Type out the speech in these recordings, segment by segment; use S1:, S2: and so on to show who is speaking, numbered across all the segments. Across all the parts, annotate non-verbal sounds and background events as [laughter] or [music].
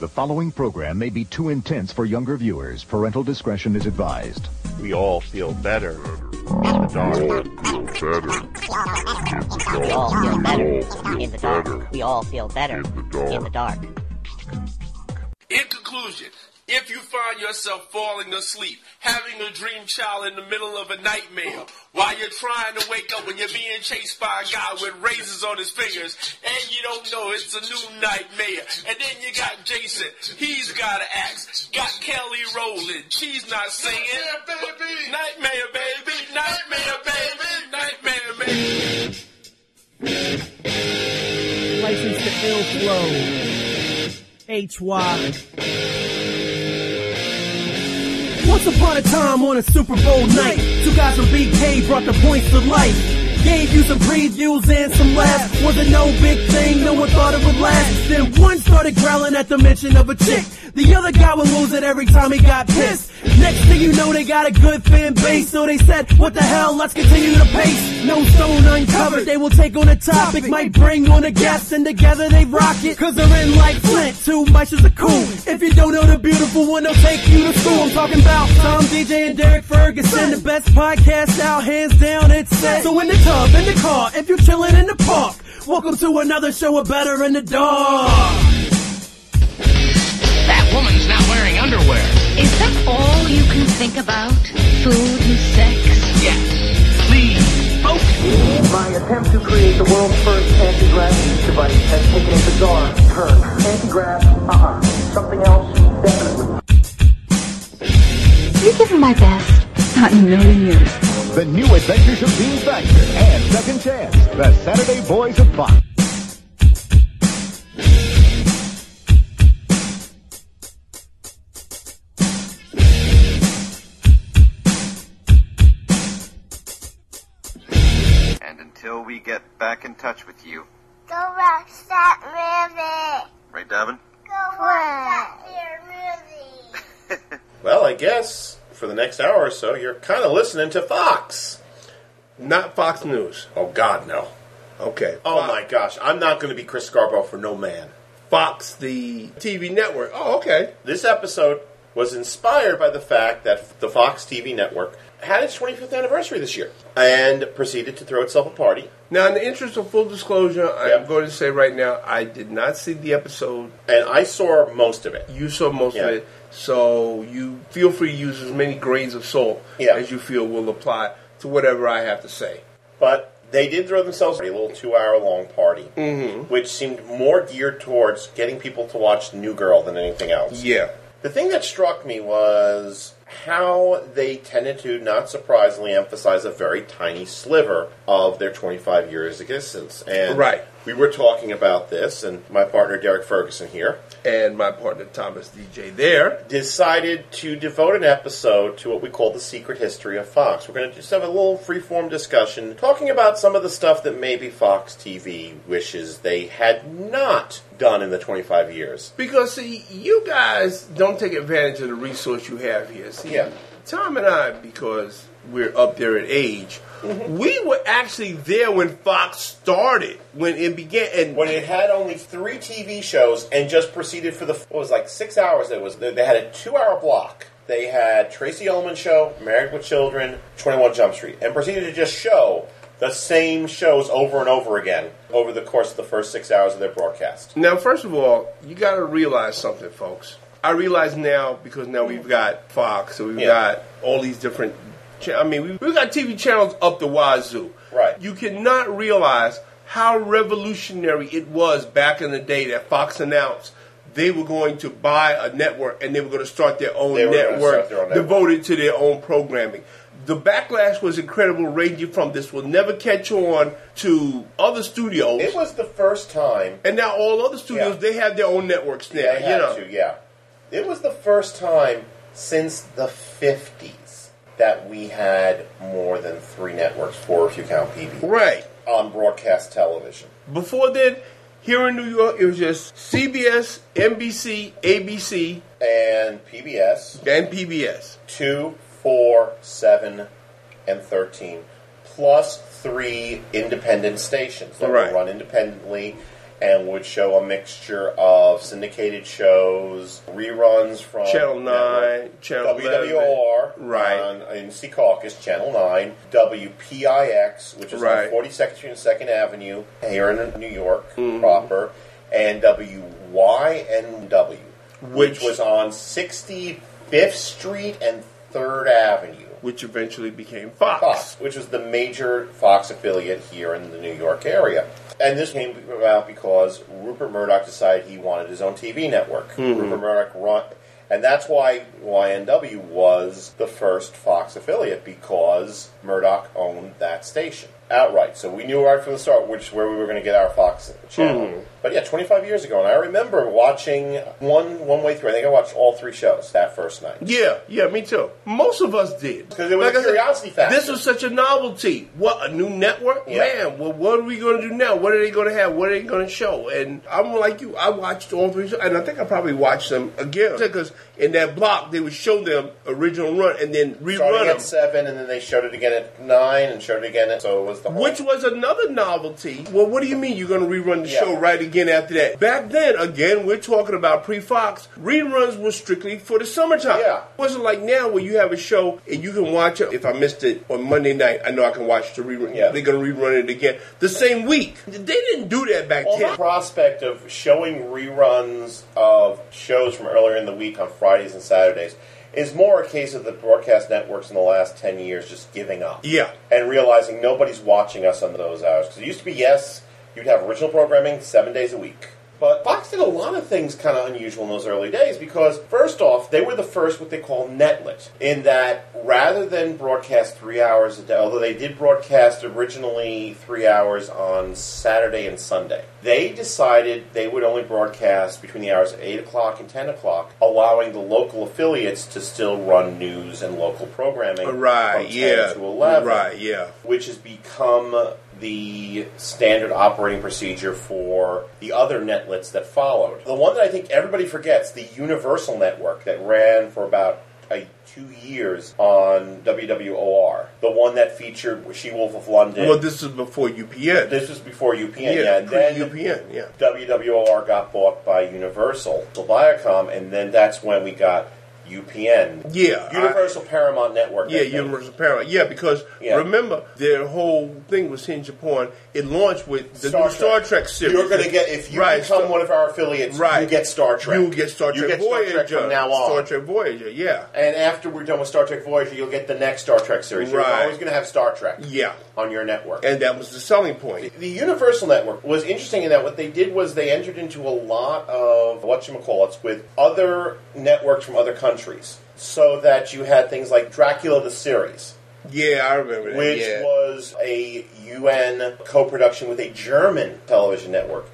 S1: The following program may be too intense for younger viewers. Parental discretion is advised.
S2: We all feel better.
S3: We all feel better in the dark. We all feel better in the dark.
S4: In conclusion, if you find yourself falling asleep, having a dream child in the middle of a nightmare, while you're trying to wake up when you're being chased by a guy with razors on his fingers, and you don't know it's a new nightmare, and then you got Jason, he's got an axe, got Kelly rolling, she's not singing, nightmare baby, nightmare baby, nightmare baby.
S5: Licensed to Ill Flow. HY. Once upon a time on a Super Bowl night, two guys from BK brought the points to life. Gave you some previews and some laughs. Wasn't no big thing, no one thought it would last. Then one started growling at the mention of a chick. The other guy would lose it every time he got pissed. Next thing you know, they got a good fan base. So they said, what the hell, let's continue the pace. No stone uncovered, they will take on a topic. Might bring on a guest, and together they rock it. Cause they're in like Flint, two mices are cool. If you don't know the beautiful one, they'll take you to school. I'm talking about Tom, DJ, and Derek Ferguson. The best podcast out, hands down, it's set. So in the tub, in the car, if you're chilling in the park, welcome to another show of Better in the Dark.
S6: That woman's not wearing underwear.
S7: Is that all you can think about? Food and sex?
S6: Yes. Please, focus.
S8: My attempt to create the world's first anti-grav device has taken a bizarre turn. Anti-grav, uh-uh. Something else, definitely.
S9: You give him my best. Not in a million years.
S1: The new adventures of Bean Baxter and Second Chance, the Saturday Boys of Fox.
S10: And until we get back in touch with you,
S11: Go watch that movie.
S10: right, Davin?
S11: Go watch that here movie.
S2: Well, I guess for the next hour or so, you're kind of listening to Fox. Not Fox News. Oh, God, no.
S12: Okay.
S2: Oh, my gosh. I'm not going to be Chris Scarborough for no man.
S12: Fox, the TV network. Oh, okay.
S2: This episode was inspired by the fact that the Fox TV network had its 25th anniversary this year and proceeded to throw itself a party.
S12: Now, in the interest of full disclosure,
S2: Yeah.
S12: I'm going to say right now, I did not see the episode.
S2: And I saw most of it.
S12: You saw most
S2: Yeah.
S12: of it, so you feel free to use as many grains of salt
S2: Yeah.
S12: as you feel will apply to whatever I have to say.
S2: But they did throw themselves a little two hour long party, which seemed more geared towards getting people to watch New Girl than anything else.
S12: Yeah.
S2: The thing that struck me was how they tended to, not surprisingly, emphasize a very tiny sliver of their 25 years existence. And
S12: Right.
S2: we were talking about this, and my partner Derek Ferguson here
S12: And my partner Thomas DJ there.
S2: decided to devote an episode to what we call the secret history of Fox. We're going to just have a little freeform discussion talking about some of the stuff that maybe Fox TV wishes they had not done in the 25 years.
S12: Because see, you guys don't take advantage of the resource you have here. See,
S2: Yeah.
S12: Tom and I, because we're up there in age,
S2: Mm-hmm.
S12: we were actually there when Fox started, when it began, and
S2: When it had only three TV shows and just proceeded for the what was like six hours. That it was they had a two-hour block. They had Tracy Ullman show, Married with Children, Twenty One Jump Street, and proceeded to just show the same shows over and over again over the course of the first six hours of their broadcast.
S12: Now, first of all, you got to realize something, folks. I realize now because now we've got Fox, so we've
S2: Yeah.
S12: got all these different. Cha- I mean, we- we've got TV channels up the wazoo.
S2: Right.
S12: You cannot realize how revolutionary it was back in the day that Fox announced they were going to buy a network and they were going to start their own
S2: They were gonna
S12: network
S2: start their own network.
S12: devoted to their own programming. The backlash was incredible, ranging from this will never catch on to other studios.
S2: It was the first time
S12: And now all other studios
S2: Yeah.
S12: they have their own networks now.
S2: they had
S12: you know,
S2: to, yeah. It was the first time since the 50s that we had more than three networks, four if you count PBS,
S12: right
S2: on broadcast television.
S12: before then, here in New York it was just CBS, NBC, ABC,
S2: And PBS,
S12: and PBS.
S2: 2, 4, 7, and 13, plus three independent stations that
S12: Right.
S2: were run independently and would show a mixture of syndicated shows, reruns from
S12: Channel 9, Channel 11.
S2: WWOR,
S12: Right.
S2: on, in Sea Caucus, Channel 9, WPIX, which is
S12: Right.
S2: on 42nd Street and 2nd Avenue here in New York
S12: Mm-hmm.
S2: proper, and WYNW,
S12: Which-
S2: which was on 65th Street and 3rd Avenue.
S12: which eventually became Fox.
S2: which was the major Fox affiliate here in the New York area. And this came about because Rupert Murdoch decided he wanted his own TV network.
S12: Mhm.
S2: Rupert Murdoch run, and that's why YNW was the first Fox affiliate because Murdoch owned that station outright. So we knew right from the start which where we were going to get our Fox channel.
S12: Mhm.
S2: But yeah, 25 years ago, and I remember watching one one way through. I think I watched all three shows that first night.
S12: Yeah, yeah, me too. Most of us did.
S2: Because it was a
S12: I said,
S2: curiosity factor.
S12: This was such a novelty. What, a new network?
S2: Yeah.
S12: Man, well, what are we going to do now? What are they going to have? What are they going to show? And I'm like you, I watched all three shows, and I think I probably watched them again. Because in that block, they would show them original run and then rerun
S2: Starting
S12: them.
S2: at seven, and then they showed it again at nine, and showed it again. At, so it was the whole
S12: Which was another novelty. Well, what do you mean you're going to rerun the
S2: Yeah.
S12: show right again after that? Back then, again, we're talking about pre Fox, reruns were strictly for the summertime.
S2: Yeah.
S12: It wasn't like now where you have a show and you can watch it. If I missed it on Monday night, I know I can watch the rerun.
S2: Yeah.
S12: They're going to rerun it again the same week. They didn't do that back
S2: Well,
S12: then.
S2: the prospect of showing reruns of shows from earlier in the week on Fridays and Saturdays is more a case of the broadcast networks in the last 10 years just giving up.
S12: Yeah.
S2: And realizing nobody's watching us on those hours. Because it used to be, yes, you'd have original programming seven days a week. But Fox did a lot of things kind of unusual in those early days because, first off, they were the first what they call netlet, in that rather than broadcast three hours a day, although they did broadcast originally three hours on Saturday and Sunday, they decided they would only broadcast between the hours of 8 o'clock and 10 o'clock, allowing the local affiliates to still run news and local programming
S12: Right,
S2: from 10
S12: yeah.
S2: to 11
S12: Right, yeah.
S2: which has become the standard operating procedure for the other netlets that followed. The one that I think everybody forgets, the Universal Network that ran for about uh, two years on WWOR, the one that featured She Wolf of London.
S12: Well, this is before UPN.
S2: This was before UPN, yeah.
S12: yeah,
S2: and then
S12: UPN, yeah.
S2: WWOR got bought by Universal, so Viacom, and then that's when we got UPN.
S12: Yeah, I-
S2: Universal Paramount Network.
S12: Yeah,
S2: I think.
S12: Universal Paramount. Yeah, because
S2: Yeah.
S12: remember their whole thing was hinged upon it launched with the new Star Trek series.
S2: You're going to get if you
S12: Right,
S2: become
S12: Star-
S2: one of our affiliates,
S12: right.
S2: you get Star Trek.
S12: You get Star
S2: You
S12: Trek
S2: get Star
S12: Voyager
S2: Trek from now on.
S12: Star Trek Voyager, yeah.
S2: And after we're done with Star Trek Voyager, you'll get the next Star Trek series. You're
S12: Right.
S2: always going to have Star Trek.
S12: Yeah.
S2: on your network.
S12: And that was the selling point.
S2: the Universal Network was interesting in that what they did was they entered into a lot of whatchamacallits with other networks from other countries. So that you had things like Dracula the series,
S12: Yeah, I remember that.
S2: which
S12: yeah.
S2: was a UN co-production with a German television network.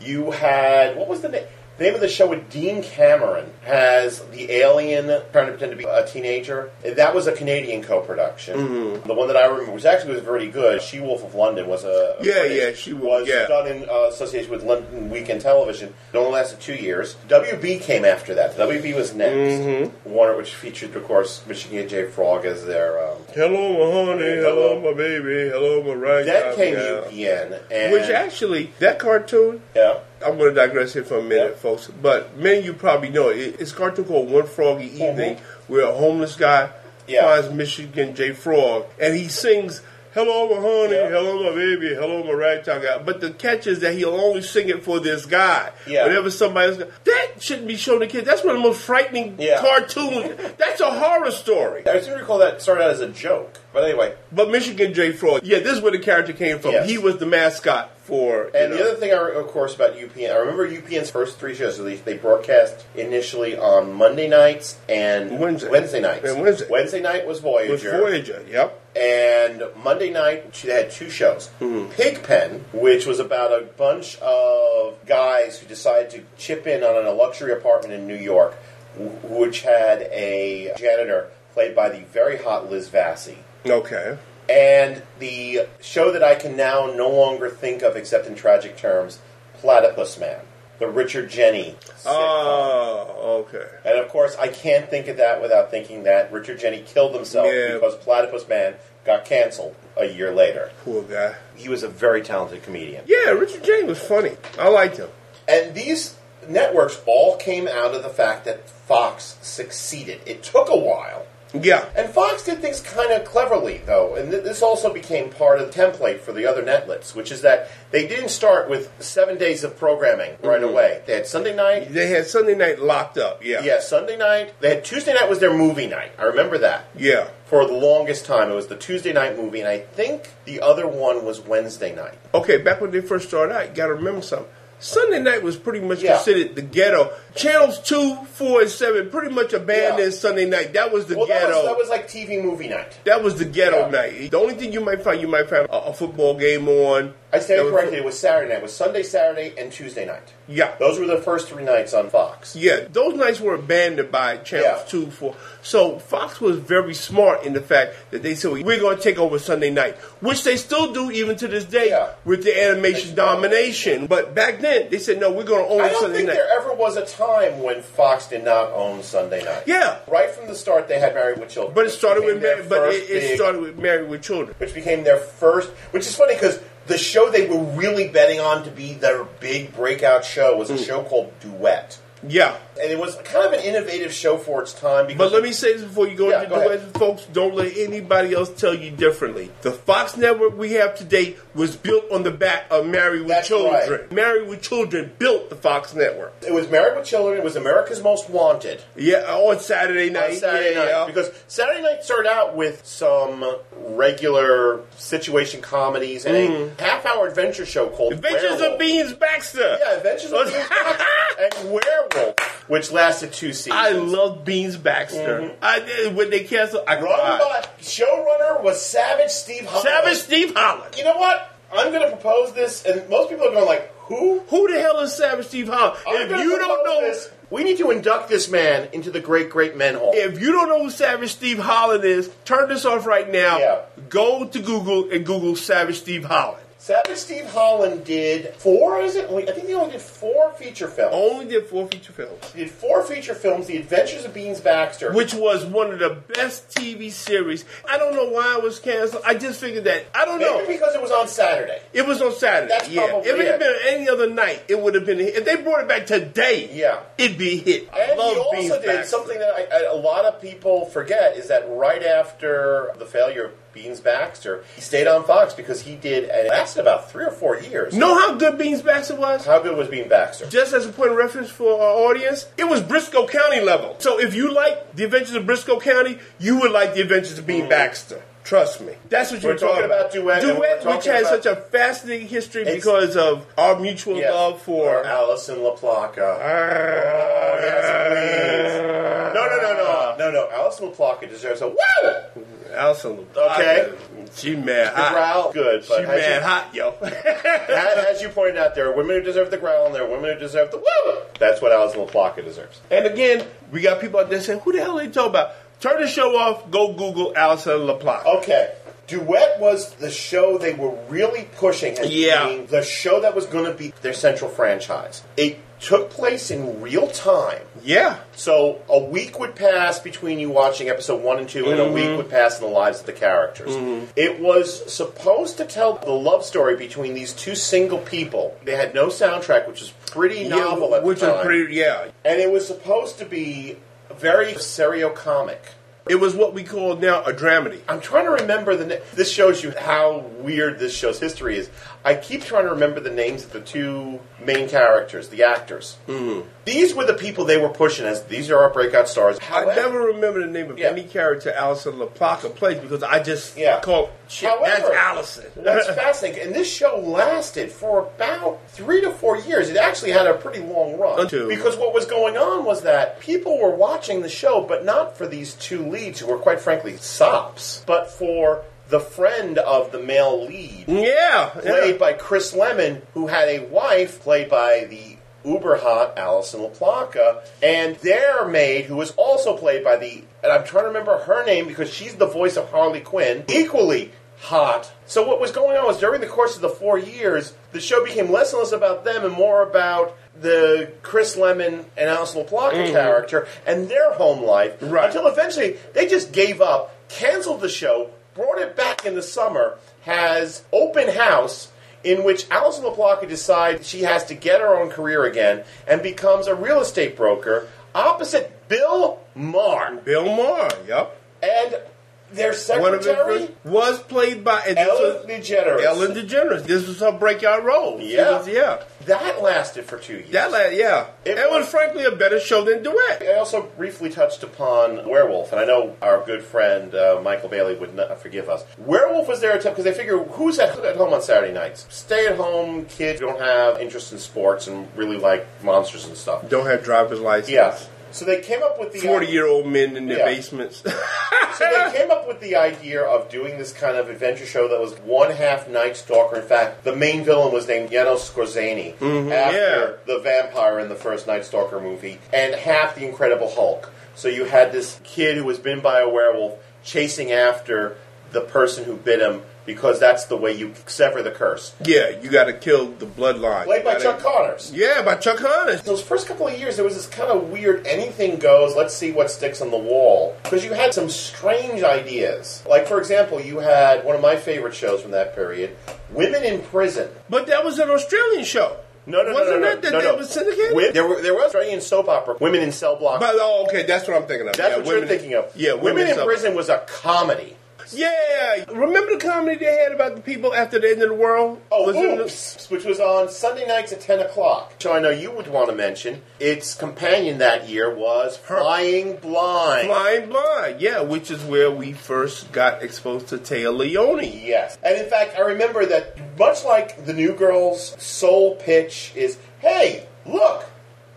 S2: You had what was the name? The name of the show with Dean Cameron has the alien trying to pretend to be a teenager. That was a Canadian co-production.
S12: Mm-hmm.
S2: The one that I remember was actually was very good. She Wolf of London was a
S12: Yeah,
S2: British-
S12: yeah, She Wolf,
S2: was
S12: yeah.
S2: done in uh, association with London Weekend Television. It only lasted two years. WB came after that. WB was next.
S12: Mm-hmm.
S2: Warner, which featured, of course, Michigan J. Frog as their um,
S12: Hello my honey, hello my baby, hello my right.
S2: then
S12: arm,
S2: came
S12: yeah.
S2: UPN, and
S12: Which actually that cartoon
S2: yeah,
S12: I'm going to digress here for a minute,
S2: Yeah.
S12: folks. But many of you probably know it. It's a cartoon called One Froggy Evening, where a homeless guy
S2: Mm-hmm. Yeah.
S12: finds Michigan J. Frog, and he sings, "Hello, my honey,
S2: Yeah.
S12: hello, my baby, hello, my ragtime guy." But the catch is that he'll only sing it for this guy.
S2: Yeah.
S12: Whenever somebody's that shouldn't be shown to kids. That's one of the most frightening
S2: Yeah.
S12: cartoons. That's a horror story.
S2: I seem to recall that started out as a joke, but anyway.
S12: But Michigan J. Frog, yeah, this is where the character came from.
S2: Yes.
S12: He was the mascot for. you
S2: And
S12: know,
S2: the other thing, I, re- of course, about UPN, I remember UPN's first three shows. So they, they broadcast initially on Monday nights and
S12: Wednesday.
S2: nights.
S12: And Wednesday.
S2: night was
S12: was Voyager. Yep.
S2: and Monday night she had two shows.
S12: Mm-hmm.
S2: Pigpen, which was about a bunch of guys who decided to chip in on a luxury apartment in New York, w- which had a janitor played by the very hot Liz Vassy.
S12: Okay.
S2: And the show that I can now no longer think of except in tragic terms, Platypus Man. the Richard Jenny. Ah.
S12: Oh, okay.
S2: And of course, I can't think of that without thinking that Richard Jenny killed himself
S12: Yeah.
S2: because Platypus Man got canceled a year later.
S12: Poor guy.
S2: He was a very talented comedian.
S12: Yeah, Richard Jane was funny. I liked him.
S2: And these networks all came out of the fact that Fox succeeded. It took a while.
S12: Yeah.
S2: And Fox did things kind of cleverly, though, and th- this also became part of the template for the other netlets, which is that they didn't start with seven days of programming right away. They had Sunday night.
S12: They had Sunday night locked up. Mm-hmm. Yeah.
S2: Yeah, Sunday night. They had Tuesday night was their movie night. I remember that.
S12: Yeah.
S2: For the longest time, it was the Tuesday night movie, and I think the other one was Wednesday night.
S12: Okay, back when they first started out, you got to remember something. Sunday night was pretty much
S2: Yeah.
S12: considered the ghetto. Channels two, four, and seven pretty much abandoned
S2: Yeah.
S12: Sunday night. That was the
S2: Well, that
S12: ghetto.
S2: was, that was like TV movie night.
S12: That was the ghetto night. The only thing you might find, you might find a, a football game on.
S2: I stand
S12: That was-
S2: corrected. It was Saturday night. It was Sunday, Saturday, and Tuesday night.
S12: Yeah.
S2: Those were the first three nights on Fox.
S12: Yeah, those nights were abandoned by channels
S2: Yeah.
S12: two, four. So Fox was very smart in the fact that they said we're going to take over Sunday night, which they still do even to this day
S2: Yeah.
S12: with the animation domination. But back then they said no, we're going to own
S2: I don't
S12: Sunday
S2: think
S12: night.
S2: there ever was a time when Fox did not own Sunday night.
S12: Yeah.
S2: Right from the start, they had Married with Children.
S12: But it started
S2: which
S12: with
S2: became their
S12: Mar- but
S2: first
S12: it, it
S2: big-
S12: started with Married with Children.
S2: Which became their first. Which is funny because the show they were really betting on to be their big breakout show
S12: Hmm.
S2: was a show called Duet.
S12: Yeah.
S2: And it was kind of an innovative show for its time. Because
S12: But let me say this before you go
S2: Yeah,
S12: into
S2: go
S12: the
S2: ahead.
S12: West, folks. Don't let anybody else tell you differently. The Fox network we have today was built on the back of Married with
S2: That's
S12: Children.
S2: right.
S12: Married with Children built the Fox network.
S2: It was Married with Children. It was America's Most Wanted.
S12: Yeah, on Saturday night.
S2: on Saturday
S12: yeah,
S2: night
S12: yeah.
S2: because Saturday night started out with some regular situation comedies and a half-hour adventure show called
S12: Mm-hmm. Adventures
S2: Werewolf.
S12: of Beans Baxter.
S2: Yeah, Adventures of Beans and Werewolf, which lasted two seasons.
S12: [laughs] I love Beans Baxter. I did when they canceled. I
S2: Mm-hmm. Run
S12: cried.
S2: by showrunner was Savage Steve Holland.
S12: Savage Steve Holland.
S2: You know what? I'm going to propose this, and most people are going like, "Who?
S12: Who the hell is Savage Steve Holland?
S2: I'm
S12: if
S2: gonna
S12: you don't
S2: propose
S12: know,
S2: this, we need to induct this man into the great, great men hall."
S12: if you don't know who Savage Steve Holland is, turn this off right now.
S2: Yeah.
S12: Go to Google and Google Savage Steve Holland.
S2: Savage Steve Holland did four, is it? Wait, I think they only did four feature films.
S12: Only did four feature films,
S2: He did four feature films: The Adventures of Beans Baxter,
S12: which was one of the best TV series. I don't know why it was canceled. I just figured that I don't
S2: maybe
S12: know.
S2: because it was on Saturday.
S12: It was on Saturday.
S2: That's
S12: yeah.
S2: probably
S12: if it had
S2: it.
S12: been any other night, it would have been. a hit. If they brought it back today,
S2: Yeah.
S12: it'd be a hit. I
S2: And
S12: love
S2: he also
S12: Beans
S2: did
S12: Baxter.
S2: something that I, I, a lot of people forget is that right after the failure of Beans Baxter, he stayed on Fox because he did and it lasted about three or four years.
S12: Know how good Beans Baxter was?
S2: How good was Bean Baxter?
S12: Just as a point of reference for our audience, it was Briscoe County level. So if you like The Adventures of Briscoe County, you would like The Adventures of Bean Baxter. Trust me. That's what
S2: Mm. We're
S12: you're talking
S2: talking about Duet, and we're
S12: Duet,
S2: talking
S12: which has
S2: about-
S12: such a fascinating history
S2: It's-
S12: because of our mutual
S2: Yeah.
S12: love for.
S2: Allison LaPlaca. Oh, yes, please. No, no, no,
S12: Ah.
S2: no, no, no. Allison LaPlaca deserves a wow.
S12: Allison.
S2: Okay.
S12: She mad.
S2: The growl, good, but
S12: She
S2: has
S12: mad
S2: she-
S12: hot,
S2: [laughs]
S12: yo. [laughs]
S2: That, as you pointed out, there are women who deserve the growl, and there are women who deserve the woo. That's what Allison LaPlaca deserves.
S12: And again, we got people out there saying, "Who the hell are they talking about?" Turn the show off. Go Google Allison LaPlaca.
S2: Okay. Duet was the show they were really pushing as
S12: Yeah.
S2: being the show that was going to be their central franchise. It took place in real time.
S12: Yeah,
S2: So a week would pass between you watching episode one and 2 and
S12: Mm-hmm.
S2: a week would pass in the lives of the characters. It was supposed to tell the love story between these two single people. They had no soundtrack, which was pretty novel
S12: Yeah,
S2: at
S12: which
S2: the time.
S12: was pretty. Yeah,
S2: and it was supposed to be very seriocomic.
S12: it was what we call now a dramedy.
S2: I'm trying to remember the. Na- this shows you how weird this show's history is. I keep trying to remember the names of the two main characters, the actors. Mm-hmm. These were the people they were pushing as these are our breakout stars.
S12: I
S2: However,
S12: never remember the name of
S2: Yeah.
S12: any character Allison LaPlaca plays because I just
S2: Yeah.
S12: called shit. that's
S2: However,
S12: Allison.
S2: [laughs] That's fascinating. And this show lasted for about three to four years. It actually had a pretty long run.
S12: Until-
S2: Because what was going on was that people were watching the show, but not for these two leads who were, quite frankly, sops, but for the friend of the male
S12: Mm.
S2: lead,
S12: yeah,
S2: played
S12: yeah.
S2: by Chris Lemon, who had a wife played by the uber hot Allison LaPlaca, and their maid, who was also played by the, and I'm trying to remember her name because she's the voice of Harley Quinn, equally hot. So what was going on was during the course of the four years, the show became less and less about them and more about the Chris Lemon and Alice LaPlaca character and their home life until eventually they just gave up, canceled the show, brought it back in the summer, has open house in which Alice LaPlaca decides she has to get her own career again and becomes a real estate broker opposite Bill Maher.
S12: Bill Maher, yep.
S2: And their
S12: One of his
S2: secretary
S12: first- was played by and this
S2: Ellen
S12: was-
S2: DeGeneres.
S12: Ellen DeGeneres. This was her breakout role. She
S2: Yeah.
S12: was- yeah.
S2: That lasted for two years.
S12: That la- yeah.
S2: It
S12: It, was,
S2: was-
S12: frankly a better show than Duet.
S2: I also briefly touched upon Werewolf, and I know our good friend uh, Michael Bailey would not forgive us. Werewolf was their attempt because they figure who's at, at home on Saturday nights? Stay at home kids who don't have interest in sports and really like monsters and stuff.
S12: Don't have driver's license.
S2: Yeah. So they came up with the
S12: Forty year old men in their
S2: Yeah.
S12: basements. [laughs]
S2: So they came up with the idea of doing this kind of adventure show that was one half Night Stalker. In fact, the main villain was named Janos Scorzani
S12: Mhm,
S2: after the vampire in the first Night Stalker movie, and half the Incredible Hulk. So you had this kid who was bitten by a werewolf chasing after the person who bit him because that's the way you sever the curse.
S12: yeah, you got to kill the bloodline.
S2: Played by
S12: You
S2: Chuck
S12: gotta-
S2: Connors.
S12: Yeah, by Chuck Connors.
S2: Those first couple of years, there was this kind of weird anything goes, let's see what sticks on the wall. Because you had some strange ideas. Like, for example, you had one of my favorite shows from that period Women in Prison.
S12: But that was an Australian show.
S2: No, no, no,
S12: Wasn't
S2: no, no,
S12: that that
S2: no,
S12: they
S2: no.
S12: was syndicated?
S2: Wi- there, were, there was Australian soap opera, Women in Cell Block.
S12: But oh, okay, that's what I'm thinking of.
S2: That's
S12: Yeah,
S2: what
S12: women
S2: you're thinking of.
S12: Yeah,
S2: Women, in
S12: sub-
S2: Prison was a comedy.
S12: Yeah, remember the comedy they had about the people after the end of the world?
S2: Oh,
S12: Was it-
S2: Oops, which was on Sunday nights at 10 o'clock. So I know you would want to mention its companion that year was Flying Blind.
S12: Flying Blind, yeah, which is where we first got exposed to Taya Leone.
S2: Yes. And in fact, I remember that much like the New Girl's sole pitch is, hey, look,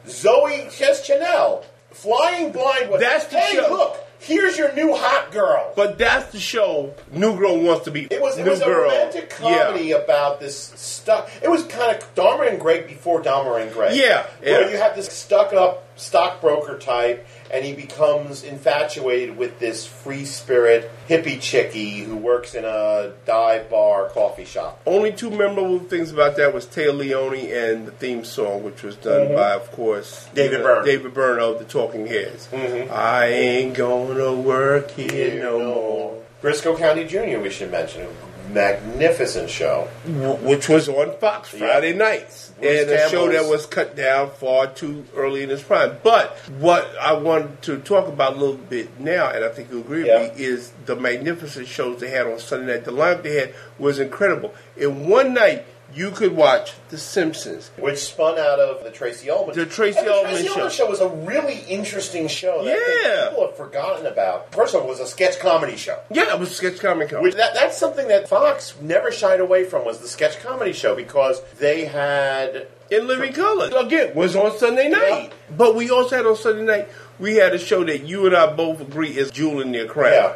S2: Zoe Chanel, Flying Blind was,
S12: That's the
S2: hey,
S12: show."
S2: look, here's your new hot girl.
S12: But that's the show New Girl wants to be.
S2: It was, it
S12: New
S2: was a
S12: Girl.
S2: romantic comedy about this stuff. It was kind of Dahmer and Greg before Dahmer and Greg.
S12: Yeah,
S2: Where
S12: yeah.
S2: you have this stuck up stockbroker type, and he becomes infatuated with this free spirit hippie chickie who works in a dive bar coffee shop.
S12: Only two memorable things about that was Taya Leone and the theme song, which was done
S2: Mhm.
S12: by, of course,
S2: David
S12: uh,
S2: Byrne. Mm-hmm.
S12: David Byrne of the Talking Heads. I ain't gonna work here no more.
S2: Briscoe County Jr., we should mention. a Magnificent show.
S12: Wh- Which was on Fox
S2: Yeah.
S12: Friday nights,
S2: Bruce
S12: and a show
S2: Campbell's-
S12: that was cut down far too early in its prime. But what I wanted to talk about a little bit now, and I think you agree
S2: Yeah.
S12: with me, is the magnificent shows they had on Sunday night. The lineup they had was incredible. In one night, you could watch The Simpsons,
S2: Which spun out of the Tracy Ullman.
S12: The Tracy
S2: And the
S12: Ullman
S2: Tracy Ullman
S12: Show.
S2: show was a really interesting show that I think
S12: Yeah.
S2: people have forgotten about. First of all, it was a sketch comedy show.
S12: Yeah, it was sketch comic con.
S2: Which that, that's something that Fox never shied away from was the sketch comedy show because they had
S12: in living color again was on Sunday night. But we also had on Sunday night. We had a show that you and I both agree is jewel in their crown.
S2: Yeah.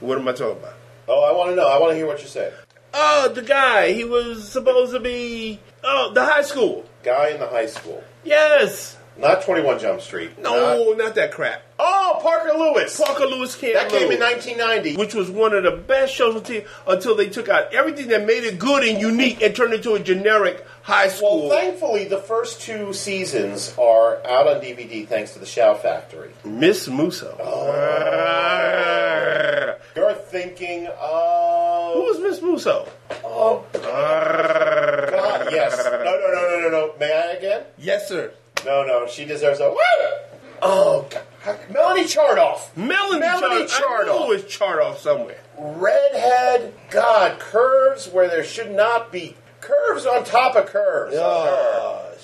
S12: What am I talking about?
S2: Oh, I want to know. I want to hear what you say.
S12: Oh, the guy he was supposed to be. Oh, the high school.
S2: Guy in the high school,
S12: Yes.
S2: not Twenty One Jump Street. not-
S12: No, not that crap.
S2: oh, Parker Lewis.
S12: Parker Lewis can't.
S2: Uh, that came in
S12: Lose,
S2: 1990.
S12: Which was one of the best shows until, until they took out everything that made it good and unique and turned it into a generic high school.
S2: Well, thankfully, the first two seasons are out on DVD thanks to the Shout Factory.
S12: Miss Musso.
S2: Oh.
S12: Arrgh.
S2: You're thinking of.
S12: Who
S2: [laughs]
S12: was Miss Musso?
S2: Oh, God, Ah, yes. No, no, no, no, no, no. May I again?
S12: Yes, sir.
S2: No, no. She deserves a. Oh, God. Melanie Chardoff.
S12: Melanie,
S2: Melanie
S12: Chart- I
S2: Chardoff.
S12: knew it was Chardoff somewhere.
S2: Redhead. God, curves where there should not be. Curves on top of curves.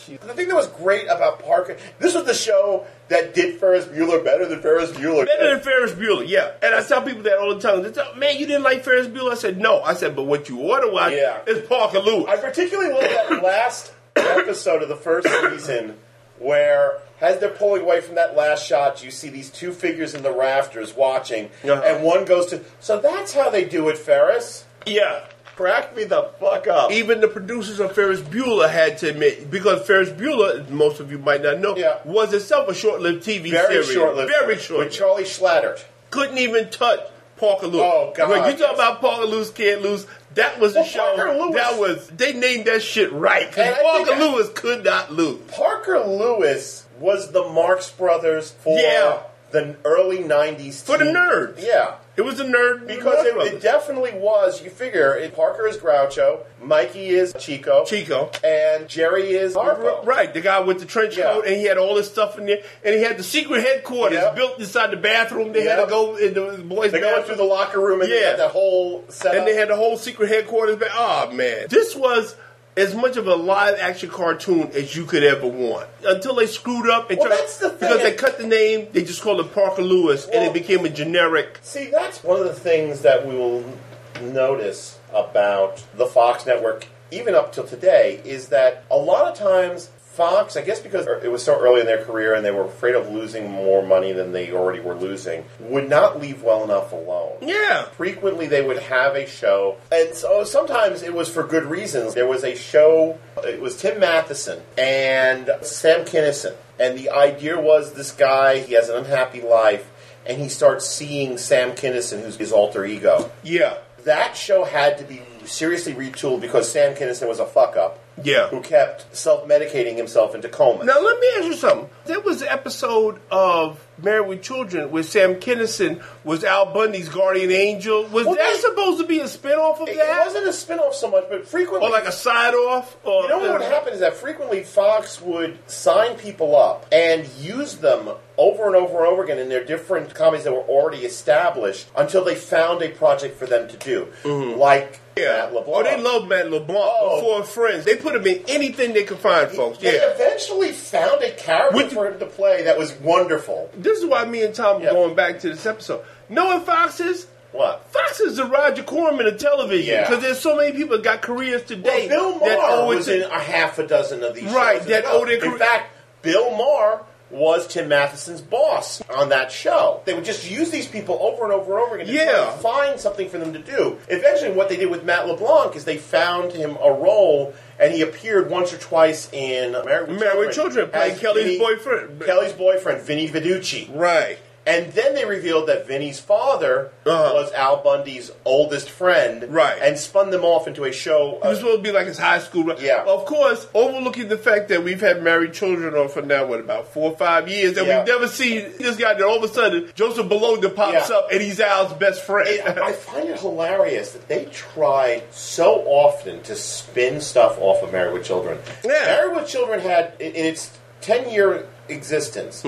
S2: The thing that was great about Parker, this was the show that did Ferris Bueller better than Ferris Bueller. did.
S12: Better than Ferris Bueller, yeah. And I tell people that all the time. They tell, Man, you didn't like Ferris Bueller? I said, no. I said, but what you ought to watch
S2: Yeah.
S12: is Parker Lewis.
S2: I particularly love that last episode of the first season where, as they're pulling away from that last shot, you see these two figures in the rafters watching,
S12: Uh-huh.
S2: and one goes to. So that's how they do it, Ferris.
S12: yeah.
S2: Crack me the fuck up.
S12: Even the producers of Ferris Bueller had to admit, because Ferris Bueller, most of you might not know,
S2: Yeah.
S12: was itself a short-lived TV
S2: very
S12: series.
S2: short lived.
S12: Very
S2: With
S12: short.
S2: Charlie Schlatter.
S12: Couldn't even touch Parker Lewis.
S2: Oh, God,
S12: When you talk
S2: yes.
S12: about Parker Lewis, Kid Lewis, that was the
S2: Well,
S12: show.
S2: Parker Lewis-
S12: That was they named that shit right. 'cause
S2: And I think
S12: Parker
S2: I-
S12: Lewis could not lose.
S2: Parker Lewis was the Marx Brothers for
S12: Yeah.
S2: the early '90s
S12: For the
S2: teen-
S12: nerds.
S2: Yeah,
S12: It was a nerd
S2: because it,
S12: was
S2: it definitely was. You figure it, Parker is Groucho, Mikey is Chico,
S12: Chico.
S2: and Jerry is Harpo.
S12: Right, the guy with the trench
S2: Yeah.
S12: coat, and he had all this stuff in there, and he had the secret headquarters
S2: Yep.
S12: built inside the bathroom. They had
S2: Yep.
S12: to go in the boys'
S2: They're going
S12: bathroom.
S2: through the locker room and they
S12: Yeah.
S2: got that whole setup.
S12: and they had the whole secret headquarters back. Oh man, this was as much of a live action cartoon as you could ever want. Until they screwed up and
S2: Well,
S12: tried-
S2: that's the thing.
S12: because they cut the name, they just called it Parker Lewis, and
S2: Well-
S12: it became a generic.
S2: See, that's one of the things that we will notice about the Fox network, even up till today, is that a lot of times Fox, I guess because it was so early in their career and they were afraid of losing more money than they already were losing, would not leave well enough alone.
S12: Yeah,
S2: Frequently, they would have a show, and so sometimes it was for good reasons. There was a show, it was Tim Matheson and Sam Kinison, and the idea was this guy, he has an unhappy life, and he starts seeing Sam Kinison, who's his alter ego.
S12: yeah,
S2: That show had to be seriously retooled because Sam Kinison was a fuck up
S12: yeah.
S2: who kept self medicating himself into coma.
S12: Now let me ask you something. There was an episode of Married with Children where Sam Kinison was Al Bundy's guardian angel. Was
S2: Well,
S12: that
S2: they-
S12: supposed to be a spinoff of
S2: It, it
S12: that?
S2: wasn't a spin off so much, but frequently.
S12: or like a side off? Or
S2: You know what would happen is that frequently Fox would sign people up and use them over and over and over again in their different comedies that were already established until they found a project for them to do. Like Matt LeBlanc.
S12: Mm-hmm. Oh, they love Matt LeBlanc
S2: Oh.
S12: before Friends. They put him in anything they could find, folks.
S2: They
S12: Yeah.
S2: eventually found a character
S12: Would you-
S2: for him to play that was wonderful.
S12: This is why me and Tom were
S2: Yeah.
S12: going back to this episode. Know what Fox is?
S2: What?
S12: Fox is the Roger Corman of television
S2: Yeah.
S12: because there's so many people that got careers
S2: Well,
S12: today.
S2: Bill
S12: that
S2: Maher
S12: always
S2: was in a half a dozen of these
S12: Right,
S2: shows.
S12: that
S2: as well.
S12: owed their
S2: in
S12: career-
S2: fact, Bill Maher was Tim Matheson's boss on that show. They would just use these people over and over and over again to try
S12: Yeah.
S2: and find something for them to do. Eventually, what they did with Matt LeBlanc is they found him a role, and he appeared once or twice in Married with
S12: Married with Children, playing
S2: as
S12: Kelly's
S2: Vinny-
S12: boyfriend.
S2: Kelly's boyfriend, Vinny Viducci.
S12: right.
S2: And then they revealed that Vinny's father
S12: Uh-huh.
S2: was Al Bundy's oldest friend,
S12: Right.
S2: And spun them off into a show.
S12: It
S2: uh,
S12: was supposed to be like his high school. Right?
S2: Yeah.
S12: Of course, overlooking the fact that we've had married children on for now, what, about four or five years, and
S2: Yeah.
S12: we've never seen this guy that all of a sudden Joseph Bologna pops
S2: Yeah.
S12: up and he's Al's best friend.
S2: it,
S12: [laughs]
S2: I find it hilarious that they tried so often to spin stuff off of Married with Children.
S12: Yeah.
S2: Married with Children had, in in its 10 year existence,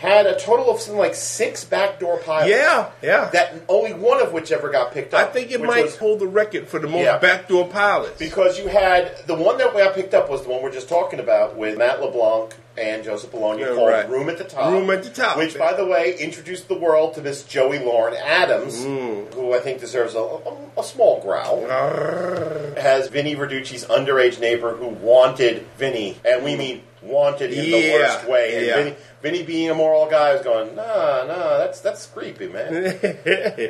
S2: had a total of something like six backdoor pilots.
S12: Mm-hmm. yeah, yeah.
S2: That only one of which ever got picked
S12: I
S2: up.
S12: think it
S2: which
S12: might
S2: was-
S12: hold the record for the most
S2: Yeah.
S12: backdoor pilots.
S2: because you had the one that got picked up was the one we're just talking about with Matt LeBlanc and Joseph Bologna
S12: Yeah,
S2: called
S12: right.
S2: Room at the Top.
S12: Room at the Top.
S2: Which, by the way, introduced the world to Miss Joey Lauren Adams,
S12: Mm.
S2: who I think deserves a, a, a small growl. Has Vinnie Verducci's underage neighbor who wanted Vinnie, and we mean wanted in the
S12: Hmm. Yeah,
S2: worst way. And
S12: yeah.
S2: Vinny, Vinny being a moral guy was going, nah, nah, that's that's creepy,
S12: [laughs]
S2: man.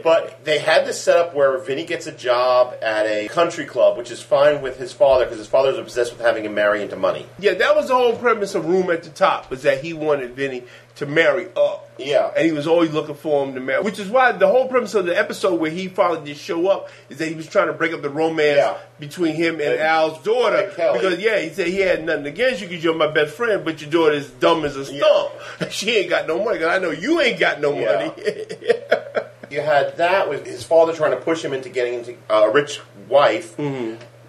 S2: But they had this setup where Vinny gets a job at a country club, which is fine with his father because his father's obsessed with having him marry into money.
S12: yeah, that was the whole premise of Room at the Top was that he wanted Vinny to marry up.
S2: Yeah.
S12: And he was always looking for him to marry, which is why the whole premise of the episode where he finally did show up is that he was trying to break up the romance
S2: Yeah.
S12: between him and,
S2: And-
S12: Al's daughter.
S2: and Kelly.
S12: Because, yeah, he said he had nothing against you because you're my best friend, but your daughter's dumb as a
S2: Yeah.
S12: stump. [laughs] she ain't got no money because I know you ain't got no
S2: Yeah.
S12: money. [laughs]
S2: You had that with his father trying to push him into getting into uh, a rich wife,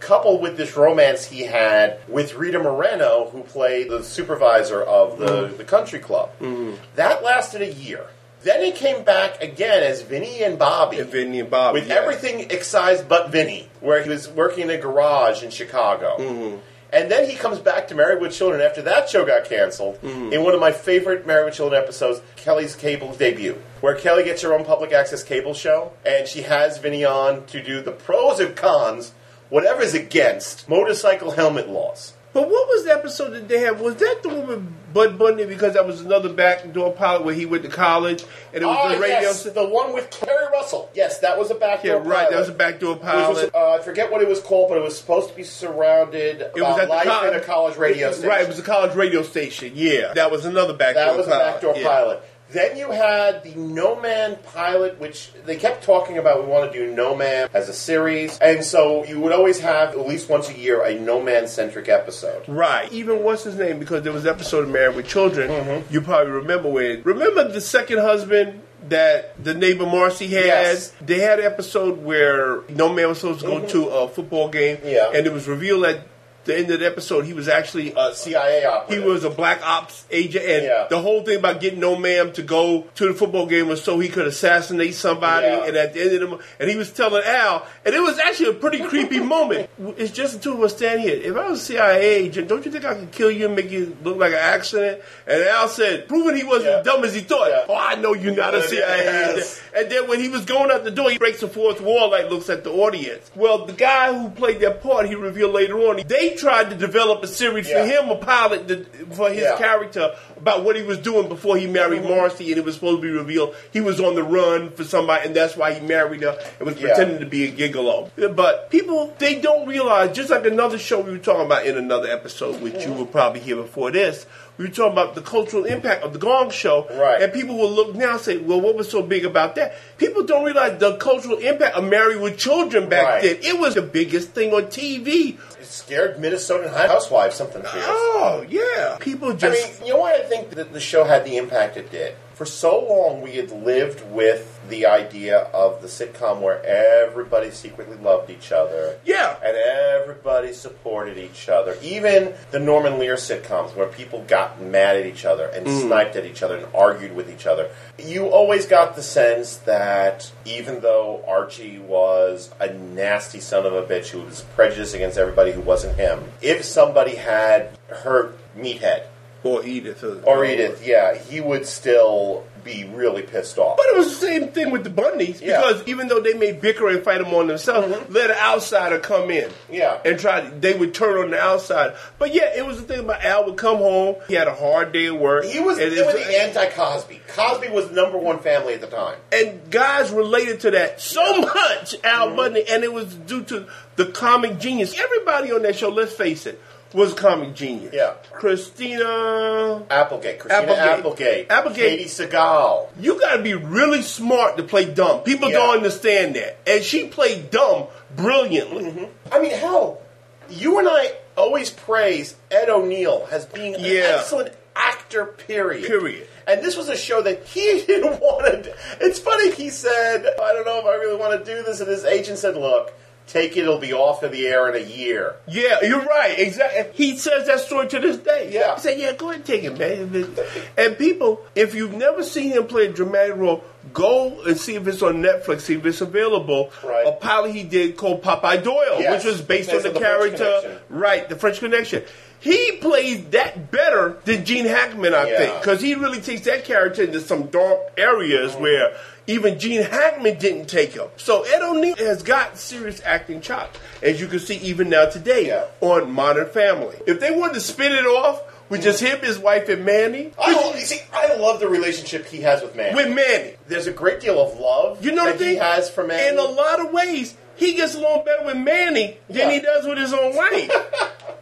S2: coupled with this romance he had with Rita Moreno, who played the supervisor of the, the country club. That lasted a year. Then it came back again as Vinny and Bobby.
S12: And Vinny and Bobby,
S2: With
S12: yeah.
S2: everything excised but Vinny, where he was working in a garage in Chicago.
S12: Mm-hmm.
S2: And then he comes back to Married with Children after that show got canceled
S12: Mm-hmm.
S2: in one of my favorite Married with Children episodes, Kelly's Cable debut, where Kelly gets her own public access cable show, and she has Vinny on to do the pros and cons, whatever's against motorcycle helmet laws.
S12: But what was the episode that they had? Was that the one with Bud Bundy? Because that was another backdoor pilot where he went to college and it was
S2: Ah,
S12: the radio.
S2: yes,
S12: st-
S2: the one with Terry Russell. Yes, that was a
S12: yeah,
S2: backdoor.
S12: right. That
S2: pilot.
S12: was a backdoor
S2: Which was,
S12: pilot.
S2: uh, I forget what it was called, but it was supposed to be surrounded about
S12: it was at
S2: life
S12: the col-
S2: in a college radio station.
S12: Right, it was a college radio station. Yeah, that was another backdoor.
S2: that was a
S12: pilot.
S2: backdoor
S12: yeah.
S2: pilot. Then you had the No Man pilot, which they kept talking about. We want to do No Man as a series, and so you would always have at least once a year a No Man centric episode.
S12: Right. Even what's his name? Because there was an episode of Married with Children.
S2: Mm-hmm.
S12: You probably remember when. Remember the second husband that the neighbor Marcy has?
S2: Yes. Mm-hmm.
S12: They had an episode where no man was supposed to go to a football game.
S2: Yeah.
S12: And it was revealed at the end of the episode he was actually
S2: a CIA
S12: He
S2: operative.
S12: was a black ops agent, and
S2: Yeah.
S12: the whole thing about getting no ma'am to go to the football game was so he could assassinate somebody.
S2: Yeah.
S12: And at the end of the, mo- and he was telling Al, and it was actually a pretty creepy [laughs] moment. It's just the two of us standing here. If I was a CIA agent, don't you think I could kill you and make you look like an accident? And Al said, proving he wasn't as dumb as he thought. Oh, I know you're not a
S2: Yes.
S12: CIA agent. And then when he was going out the door, he breaks the fourth wall, like looks at the audience. Well, the guy who played that part, he revealed later on, they tried to develop a series
S2: Yeah.
S12: for him, a pilot to, for his
S2: Yeah.
S12: character about what he was doing before he married
S2: Mm-hmm.
S12: Marcy, and it was supposed to be revealed he was on the run for somebody, and that's why he married her and was
S2: Yeah.
S12: pretending to be a gigolo. But people, they don't realize, just like another show we were talking about in another episode, which
S2: Mm-hmm.
S12: you were probably here before this. We were talking about the cultural impact of the Gong Show,
S2: Right.
S12: and people will look now and say, "Well, what was so big about that?" People don't realize the cultural impact of Married with Children back
S2: Right.
S12: then. It was the biggest thing on TV.
S2: It scared Minnesota housewives something fierce.
S12: Oh yeah, people just
S2: I mean, you know why I think that the show had the impact it did? For so long, we had lived with the idea of the sitcom where everybody secretly loved each other.
S12: Yeah.
S2: And everybody supported each other. Even the Norman Lear sitcoms where people got mad at each other and
S12: Mm.
S2: sniped at each other and argued with each other. You always got the sense that even though Archie was a nasty son of a bitch who was prejudiced against everybody who wasn't him, if somebody had hurt Meathead,
S12: or Edith uh,
S2: or Edith, yeah, he would still be really pissed off.
S12: But it was the same thing with the Bundys
S2: Yeah. Mm-hmm.
S12: because even though they may bicker and fight among themselves, let an outsider come in.
S2: Yeah.
S12: And try they would turn on the outsider. But yeah, it was the thing about Al would come home, he had a hard day at work.
S2: He was,
S12: and
S2: he was
S12: it's-
S2: the anti Cosby. Cosby was the number one family at the time.
S12: and guys related to that so much, Al
S2: Mm-hmm.
S12: Bundy, and it was due to the comic genius. Everybody on that show, let's face it, was a comic genius.
S2: Yeah.
S12: Christina
S2: Applegate, Christina
S12: Applegate.
S2: Applegate,
S12: Applegate.
S2: Katie Seagal.
S12: You gotta be really smart to play dumb. People
S2: Yeah.
S12: don't understand that. And she played dumb brilliantly.
S2: I mean, hell, you and I always praise Ed O'Neill as being an
S12: Yeah.
S2: excellent actor, period.
S12: Period.
S2: And this was a show that he [laughs] didn't want to do. It's funny, he said, I don't know if I really want to do this. And his agent said, Look, take it, it'll be off of the air in a year.
S12: Yeah, you're right. Exactly. He says that story to this day.
S2: Yeah.
S12: He said, yeah, go ahead and take it, man. [laughs] And people, if you've never seen him play a dramatic role, go and see if it's on Netflix, see if it's available.
S2: Right.
S12: A pilot he did called Popeye Doyle,
S2: Yes.
S12: which was
S2: Based
S12: based, on
S2: on
S12: the
S2: the French
S12: character,
S2: Connection.
S12: right, The French Connection. He plays that better than Gene Hackman, I
S2: Yeah.
S12: think, because he really takes that character into some dark areas where even Gene Hackman didn't take him. So Ed O'Neill has got serious acting chops, as you can see even now today
S2: Yeah.
S12: on Modern Family. If they wanted to spin it off with just him, his wife, and Manny,
S2: I don't, you Oh, see, I love the relationship he has with Manny.
S12: with Manny,
S2: There's a great deal of love
S12: you know
S2: that
S12: the thing
S2: he has for Manny.
S12: In a lot of ways, he gets along better with Manny than
S2: Yeah.
S12: he does with his
S2: [laughs]
S12: own wife.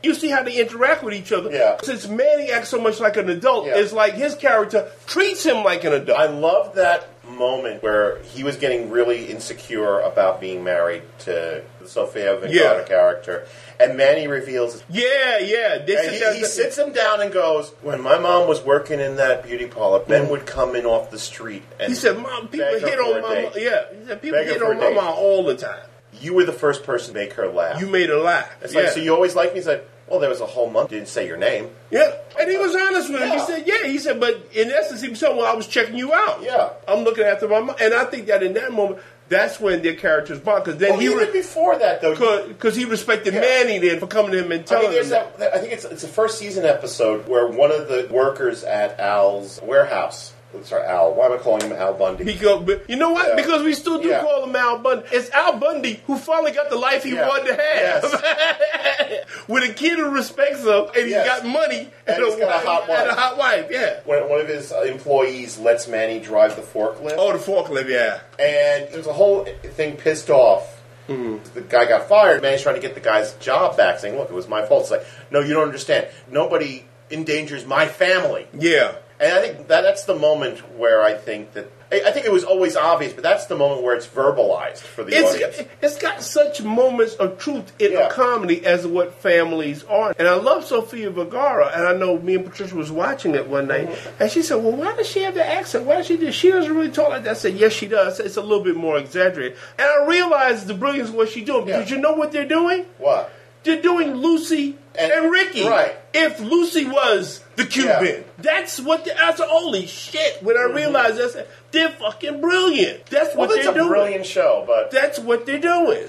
S12: you see how they interact with each other.
S2: Yeah.
S12: Since Manny acts so much like an adult,
S2: Yeah.
S12: it's like his character treats him like an adult.
S2: I love that moment where he was getting really insecure about being married to the Sofia Vergara
S12: Yeah.
S2: character, and Manny reveals.
S12: yeah, yeah. They
S2: And
S12: sit
S2: he,
S12: down-
S2: he sits him down and goes, "When my mom was working in that beauty parlor, men would come in off the street." And
S12: Mm. He said, "Mom, people
S2: beg her
S12: hit
S2: for
S12: on
S2: a
S12: my mom.
S2: date.
S12: Yeah, he said, people
S2: Beg her
S12: hit
S2: for
S12: on
S2: a
S12: my
S2: date.
S12: mom all the time.
S2: You were the first person to make her laugh.
S12: You made her laugh.
S2: it's
S12: yeah.
S2: like, so you always liked me. He's like, "Well, there was a whole month you didn't say your name."
S12: Yeah, and he was honest with him. He
S2: Yeah.
S12: said, "Yeah." He said, "But in essence, he was saying, well, I was checking you out.
S2: Yeah.
S12: I'm looking after my mom." And I think that in that moment, that's when their characters bond because then
S2: Well,
S12: he
S2: even
S12: re-
S2: before that though,
S12: because he respected
S2: Yeah.
S12: Manny then for coming to him and
S2: I
S12: telling
S2: mean, there's
S12: him.
S2: that, I think it's it's the first season episode where one of the workers at Al's warehouse. Sorry, Al. Why am I calling him Al Bundy?
S12: Because, but you know what?
S2: Yeah.
S12: Because we still do
S2: Yeah.
S12: call him Al Bundy. It's Al Bundy who finally got the life he
S2: Yeah.
S12: wanted to have. [laughs] With a kid who respects him, and he's
S2: Yes.
S12: got money,
S2: And he's got a hot
S12: and a
S2: wife.
S12: hot wife, yeah.
S2: when one of his employees lets Manny drive the forklift,
S12: Oh, the forklift, yeah.
S2: and there's a whole thing pissed off.
S12: Mm-hmm.
S2: The guy got fired. Manny's trying to get the guy's job back, saying, "Look, it was my fault." It's like, no, you don't understand. Nobody endangers my family.
S12: Yeah.
S2: And I think that that's the moment where I think that I, I think it was always obvious, but that's the moment where it's verbalized for the audience.
S12: It's, it's got such moments of truth in a comedy as what families are. And I love Sofia Vergara, and I know me and Patricia was watching it one night,
S2: Mm-hmm.
S12: and she said, "Well, why does she have the accent? Why does she? Do? She doesn't really talk like that." I said, "Yes, she does. It's a little bit more exaggerated." And I realized the brilliance of what she's doing because you know what they're doing?
S2: What?
S12: They're doing Lucy and, Ricky.
S2: right.
S12: If Lucy was the Cuban, that's what the, I said, holy shit, when I realized that, I said, they're fucking brilliant. That's
S2: Mm-hmm. Well,
S12: what
S2: that's
S12: they're
S2: a
S12: doing.
S2: brilliant show, but
S12: that's what they're doing.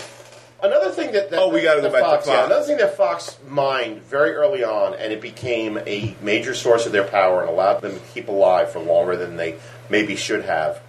S2: Another thing that, that
S12: Oh, we gotta go
S2: that
S12: back to
S2: Fox, yeah,
S12: Fox.
S2: another thing that Fox mined very early on, and it became a major source of their power and allowed them to keep alive for longer than they maybe should have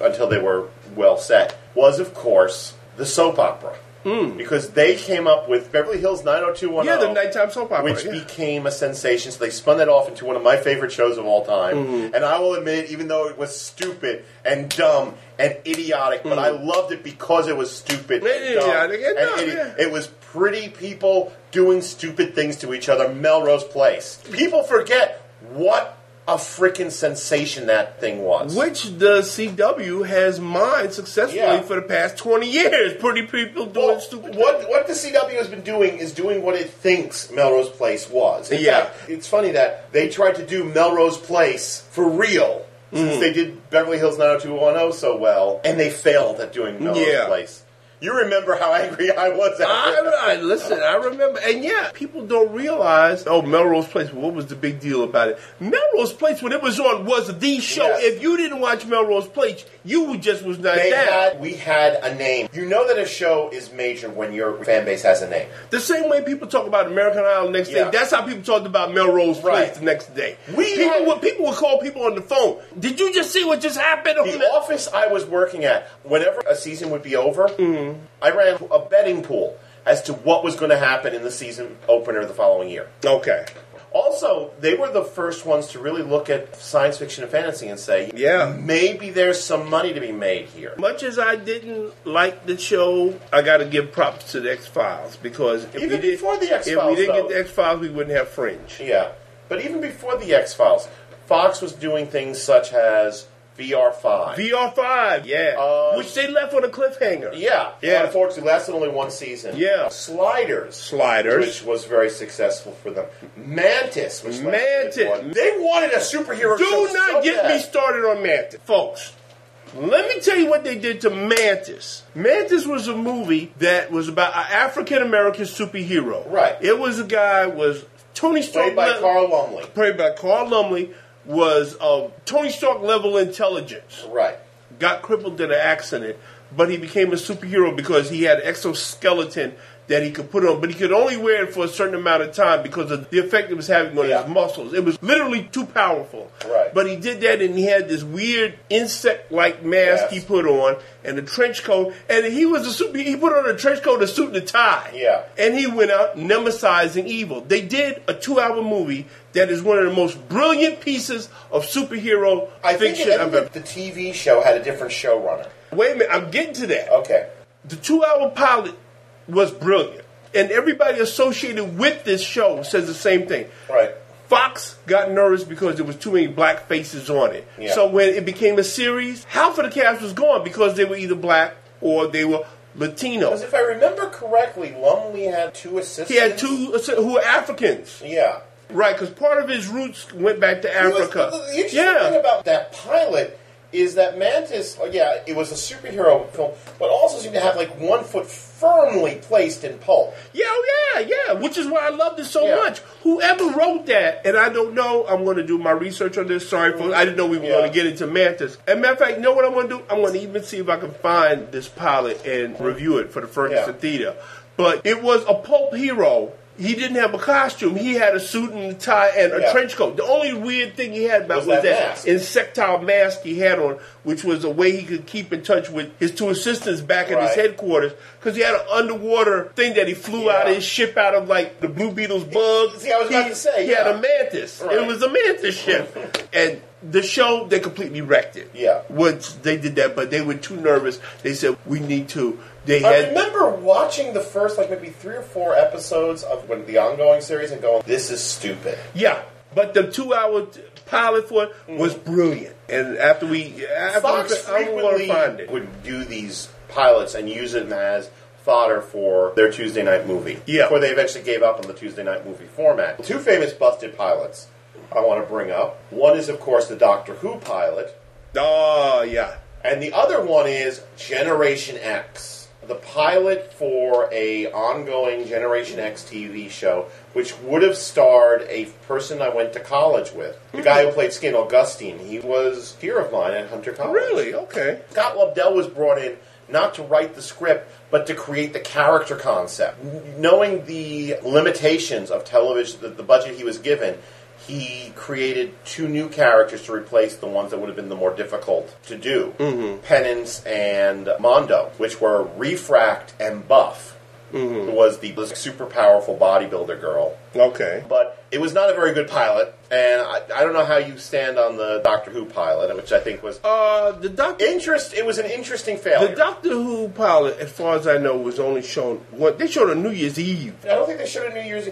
S2: until they were well set. Was of course the soap opera because they came up with Beverly Hills 90210.
S12: Hmm. Yeah, the nighttime soap opera.
S2: Which
S12: yeah.
S2: became a sensation, so they spun that off into one of my favorite shows of all time.
S12: Mm-hmm.
S2: And I will admit it, even though it was stupid and dumb and idiotic, but I loved it because it was stupid and dumb
S12: Mm. Idiotic and dumb,
S2: idi-
S12: yeah.
S2: It was pretty people doing stupid things to each other. Melrose Place. People forget what a freaking sensation that thing was.
S12: Which the CW has mined successfully
S2: Yeah.
S12: for the past 20 years. Pretty people doing
S2: Well,
S12: stupid
S2: what what the CW has been doing is doing what it thinks Melrose Place was. In
S12: Yeah.
S2: fact, it's funny that they tried to do Melrose Place for real since
S12: Mm-hmm.
S2: they did Beverly Hills 90210 so well, and they failed at doing Melrose
S12: Yeah.
S2: Place. You remember how angry I was at it.
S12: I, I listen. I remember, and yeah, people don't realize. Oh, Melrose Place. What was the big deal about it? Melrose Place, when it was on, was the show.
S2: Yes.
S12: If you didn't watch Melrose Place, you just was not
S2: They
S12: down.
S2: had, we had a name. You know that a show is major when your fan base has a name.
S12: the same way people talk about American Idol the next
S2: Yeah.
S12: day. That's how people talked about Melrose Place
S2: Right.
S12: the next day.
S2: We
S12: people
S2: had-
S12: would people would call people on the phone. Did you just see what just happened? on
S2: The
S12: the-
S2: office I was working at, whenever a season would be over, I ran a betting pool as to what was going to happen in the season opener the following year.
S12: Okay.
S2: Also, they were the first ones to really look at science fiction and fantasy and say,
S12: Yeah.
S2: maybe there's some money to be made here.
S12: Much as I didn't like the show, I got to give props to the X Files because if
S2: Even
S12: we did,
S2: before the
S12: if we
S2: X-Files,
S12: didn't
S2: though.
S12: get the X Files, we wouldn't have Fringe.
S2: Yeah. But even before the X Files, Fox was doing things such as VR5.
S12: VR five, yeah,
S2: Um,
S12: which they left on a cliffhanger.
S2: yeah,
S12: Yeah.
S2: Unfortunately, lasted only one season.
S12: Yeah.
S2: Sliders,
S12: Sliders.
S2: which was very successful for them. Mantis, which lasted
S12: Mantis.
S2: one- They wanted a superhero. show
S12: Do
S2: so
S12: not get
S2: bad.
S12: me started on Mantis, folks. Let me tell you what they did to Mantis. Mantis was a movie that was about an African American superhero.
S2: Right.
S12: It was a guy was Tony Stark
S2: Played by
S12: le-
S2: Carl Lumley.
S12: played by Carl Lumley was of Tony Stark level intelligence.
S2: Right.
S12: got crippled in an accident, but he became a superhero because he had an exoskeleton that he could put on, but he could only wear it for a certain amount of time because of the effect it was having on
S2: Yeah.
S12: his muscles. It was literally too powerful.
S2: Right.
S12: But he did that and he had this weird insect like mask
S2: Yes.
S12: he put on and a trench coat. And he was a super he put on a trench coat, a suit and a tie.
S2: Yeah.
S12: And he went out nemesizing evil. They did a two hour movie that is one of the most brilliant pieces of superhero
S2: I think
S12: fiction
S2: it
S12: I've
S2: ended
S12: ever
S2: up the TV show had a different showrunner.
S12: Wait a minute, I'm getting to that.
S2: Okay.
S12: The two hour pilot was brilliant. And everybody associated with this show says the same thing.
S2: Right.
S12: Fox got nervous because there was too many black faces on it.
S2: Yeah.
S12: So when it became a series, half of the cast was gone because they were either black or they were Latino.
S2: Because if I remember correctly, Lumley had two assistants.
S12: He had two assi- who were Africans.
S2: Yeah.
S12: Right, because part of his roots went back to
S2: It was-
S12: Africa.
S2: the, the interesting
S12: yeah.
S2: thing about that pilot is that Mantis, oh, yeah, it was a superhero film, but also seemed to have like one foot firmly placed in pulp.
S12: Yeah, oh, yeah, yeah. Which is why I loved it so
S2: Yeah.
S12: much. Whoever wrote that, and I don't know, I'm going to do my research on this. Sorry, folks. I didn't know we were
S2: Yeah.
S12: going to get into Mantis. And matter of fact, you know what I'm going to do? I'm going to even see if I can find this pilot and review it for the Ferguson
S2: Yeah.
S12: Theater. But it was a pulp hero. He didn't have a costume. He had a suit and a tie and a
S2: Yeah.
S12: trench coat. The only weird thing he had about
S2: Was that
S12: was, that,
S2: mask.
S12: insectile mask he had on, which was a way he could keep in touch with his two assistants back in his
S2: Right.
S12: headquarters because he had an underwater thing that he flew out
S2: Yeah.
S12: of his ship out of like the Blue Beetle's bug.
S2: See, I was
S12: he,
S2: about to say,
S12: he
S2: yeah.
S12: had a mantis.
S2: Right.
S12: It was a mantis ship, and the show they completely wrecked it.
S2: Yeah.
S12: once they did that, but they were too nervous. They said we need to. They
S2: I
S12: had
S2: remember watching the first like maybe three or four episodes of when the ongoing series and going, "This is stupid."
S12: yeah. But the two hour pilot for it was brilliant. And after we, after
S2: Mm. Fox
S12: I want to
S2: frequently
S12: find it.
S2: would do these pilots and use them as fodder for their Tuesday night movie.
S12: Yeah.
S2: Before they eventually gave up on the Tuesday night movie format. Two famous busted pilots I want to bring up. One is, of course, the Doctor Who pilot.
S12: Oh, yeah.
S2: And the other one is Generation X, the pilot for a ongoing Generation X TV show, which would have starred a person I went to college with, the guy who played Skin Augustine. He was a peer of mine at Hunter College.
S12: Really? Okay.
S2: Scott Lobdell was brought in not to write the script, but to create the character concept. N- Knowing the limitations of television, the, the budget he was given, he created two new characters to replace the ones that would have been the more difficult to do Penance and Mondo, which were Refract and Buff. who Was the was super powerful bodybuilder girl
S12: Okay.
S2: but it was not a very good pilot, and I, I don't know how you stand on the Doctor Who pilot, which I think was
S12: uh, the Doctor
S2: interest. It was an interesting
S12: The
S2: failure.
S12: Doctor Who pilot, as far as I know, was only shown what they showed on New Year's Eve.
S2: I don't think they showed a New Year's.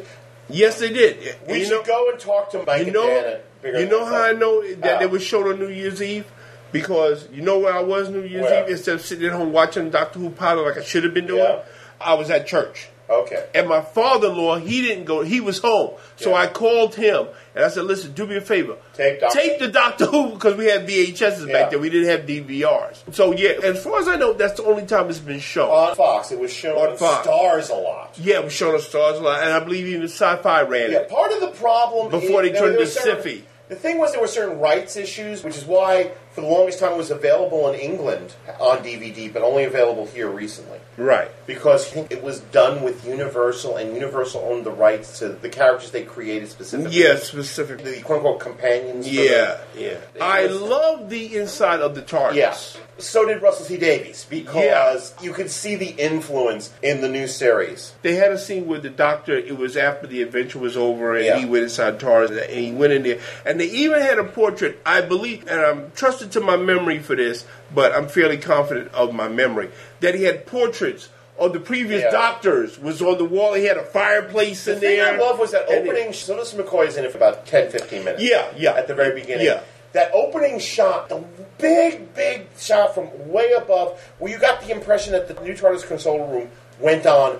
S12: Yes, they did.
S2: We
S12: you
S2: should
S12: know,
S2: go and talk to Mike
S12: you know,
S2: and Dan.
S12: you know how I know that
S2: Ah.
S12: they were shown on New Year's Eve because you know where I was New Year's
S2: Where?
S12: Eve instead of sitting at home watching Doctor Who pilot like I should have been doing.
S2: Yeah. Oh.
S12: I was at church.
S2: Okay.
S12: And my father-in-law, he didn't go. He was home, so I called him and I said, "Listen, do me a favor.
S2: Tape Doctor-
S12: tape the Doctor Who because we had VHSs
S2: Yeah.
S12: back then. We didn't have DVRs. So yeah, as far as I know, that's the only time it's been shown
S2: On Fox, it was shown
S12: On
S2: on
S12: Fox.
S2: Stars a lot.
S12: Yeah, we showed on Stars a lot, and I believe even Sci-Fi ran
S2: Yeah,
S12: it.
S2: part of the problem
S12: Before
S2: is
S12: they
S2: there-
S12: turned
S2: there
S12: to
S2: were certain-
S12: SIFI.
S2: The thing was, there were certain rights issues, which is why, for the longest time, it was available in England on DVD, but only available here recently.
S12: Right.
S2: because it was done with Universal, and Universal owned the rights to the characters they created specifically.
S12: Yeah, specifically.
S2: the quote unquote companions. for
S12: Yeah,
S2: the-
S12: yeah.
S2: It
S12: I
S2: was-
S12: love the inside of the TARDIS.
S2: Yeah. So did Russell T Davies because you could see the influence in the new series.
S12: They had a scene where the doctor, it was after the adventure was over, and
S2: Yeah.
S12: he went inside TARDIS, and he went in there. And they even had a portrait, I believe, and I'm trusted to my memory for this, but I'm fairly confident of my memory, that he had portraits of the previous
S2: Yeah.
S12: doctors was on the wall. He had a fireplace
S2: The
S12: in
S2: thing
S12: there.
S2: I love was that
S12: And it-
S2: opening. Sonos McCoy is in it for about 10, 15 minutes.
S12: Yeah, yeah.
S2: At the very beginning.
S12: Yeah.
S2: That opening shot, the big, big shot from way above, where you got the impression that the new TARDIS console room went on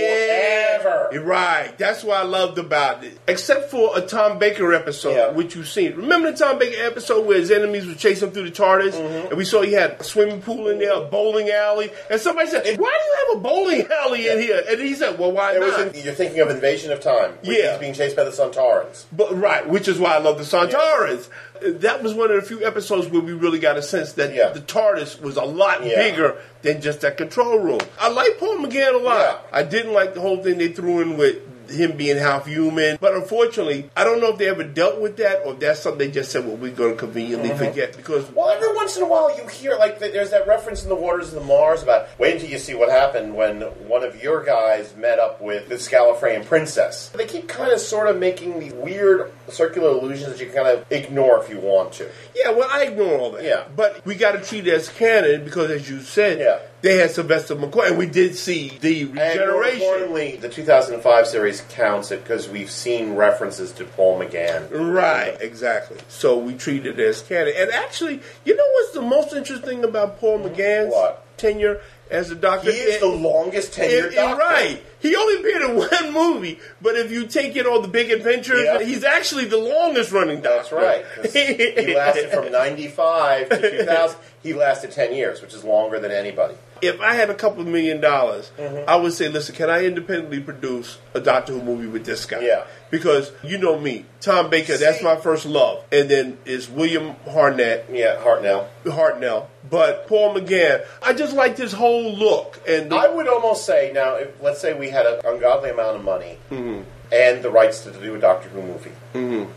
S12: Yeah,
S2: forever.
S12: right. That's what I loved about it. Except for a Tom Baker episode,
S2: Yeah.
S12: which you've seen. Remember the Tom Baker episode where his enemies were chasing him through the TARDIS,
S2: Mm-hmm.
S12: and we saw he had a swimming pool in there, a bowling alley, and somebody said, "Why do you have a bowling alley in here?" And he said, "Well, why
S2: It was
S12: not?"
S2: in, you're thinking of Invasion of Time. which
S12: Yeah.
S2: He's being chased by the Suntarans.
S12: But right, which is why I love the Santaras. That was one of the few episodes where we really got a sense that
S2: Yeah.
S12: the TARDIS was a lot
S2: Yeah.
S12: bigger than just that control room. I like Paul McGann a lot.
S2: Yeah.
S12: I didn't like the whole thing they threw in with him being half human. But unfortunately, I don't know if they ever dealt with that or if that's something they just said, well, we're going to conveniently
S2: Mm-hmm.
S12: forget because
S2: Well, every once in a while you hear, like, th- there's that reference in the Waters of the Mars about wait until you see what happened when one of your guys met up with this Gallifreyan princess. They keep kind of sort of making these weird circular illusions that you kind of ignore if you want to.
S12: Yeah, well, I ignore all that.
S2: Yeah.
S12: But we got to treat it as canon because, as you said,
S2: Yeah.
S12: they had Sylvester McCoy, and we did see the
S2: And more
S12: regeneration.
S2: importantly, the 2005 series counts it because we've seen references to Paul McGann.
S12: Right, exactly. So we treat it as canon. And actually, you know what's the most interesting about Paul McGann's
S2: What?
S12: tenure as a doctor?
S2: He is
S12: It-
S2: the longest tenured
S12: it- it-
S2: doctor.
S12: Right. He only appeared in [laughs] one movie, but if you take in all the big adventures,
S2: Yeah.
S12: he's actually the longest running
S2: That's
S12: doctor.
S2: right. 'cause He lasted from 95 to 2000. He lasted 10 years, which is longer than anybody.
S12: [laughs] if I had a couple of million dollars,
S2: Mm-hmm.
S12: I would say, listen, can I independently produce a Doctor Who movie with this guy?
S2: Yeah.
S12: Because you know me, Tom Baker, that's
S2: See-
S12: my first love. And then is William Harnett,
S2: Yeah, Hartnell.
S12: Hartnell. But Paul McGann, I just liked his whole look. And
S2: I would almost say now, if, let's say we had an ungodly amount of money
S12: Mm-hmm.
S2: and the rights to do a Doctor Who movie.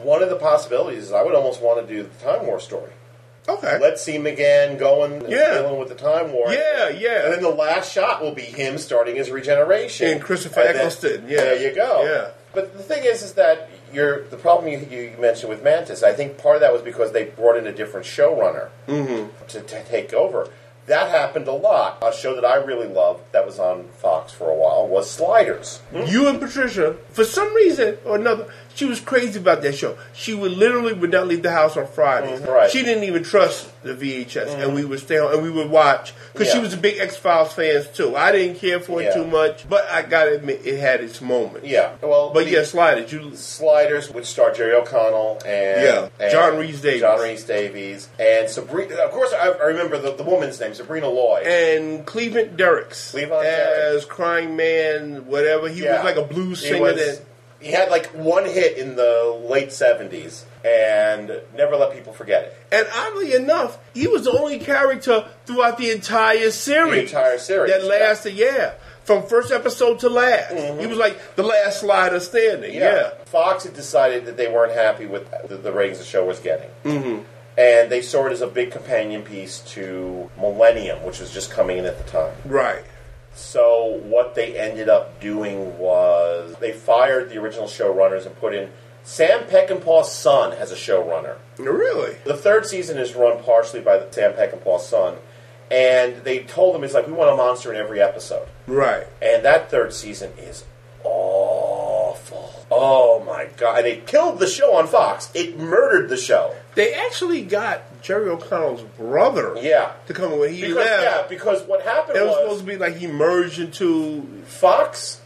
S2: One of the possibilities is I would almost want to do the Time War story.
S12: okay.
S2: Let's see McGann going and
S12: Yeah.
S2: dealing with the Time War.
S12: Yeah, yeah.
S2: And then the last shot will be him starting his regeneration.
S12: And Christopher
S2: then-
S12: Eccleston, yeah.
S2: There you go.
S12: Yeah.
S2: But the thing is, is that you're, the problem you, you mentioned with Mantis, I think part of that was because they brought in a different showrunner
S12: Mm-hmm.
S2: to, to take over. That happened a lot. A show that I really loved that was on Fox for a while was Sliders.
S12: Hmm. you and Patricia, for some reason or another, She was crazy about that show. She would literally would not leave the house on Fridays.
S2: Mm, right. Mm.
S12: She didn't even trust the VHS, and we would stay on and we would watch because she
S2: Yeah.
S12: was a big X Files fans too. I didn't care for
S2: Yeah.
S12: it too much, but I gotta admit it had its moments.
S2: Yeah. Well,
S12: but
S2: the-
S12: yeah, sliders. You
S2: Sliders would star Jerry O'Connell and,
S12: Yeah,
S2: and
S12: John Rhys Davies.
S2: John Rhys Davies and Sabrina. Of course, I, I remember the, the woman's name, Sabrina Lloyd.
S12: and Cleveland Derricks as crying man, whatever. He
S2: Yeah.
S12: was like a blues
S2: He
S12: singer.
S2: was-
S12: that
S2: he had like one hit in the late seventies, and never let people forget it.
S12: And oddly enough, he was the only character throughout the entire series.
S2: The entire series,
S12: That lasted, yeah. From first episode to last.
S2: Mm-hmm.
S12: He was like the last slider standing, yeah.
S2: Fox had decided that they weren't happy with the, the ratings the show was getting.
S12: Mm-hmm.
S2: And they saw it as a big companion piece to Millennium, which was just coming in at the time.
S12: Right.
S2: So what they ended up doing was they fired the original showrunners and put in Sam Peckinpah's son as a showrunner.
S12: Really?
S2: The third season is run partially by Sam Peckinpah's son, and they told him it's like we want a monster in every episode.
S12: Right.
S2: And that third season is awful. Oh my god! And it killed the show on Fox. It murdered the show.
S12: They actually got Jerry O'Connell's brother
S2: yeah.
S12: to come when he
S2: Because,
S12: left.
S2: yeah, because what happened
S12: it was,
S2: was
S12: supposed to be like he merged into
S2: Fox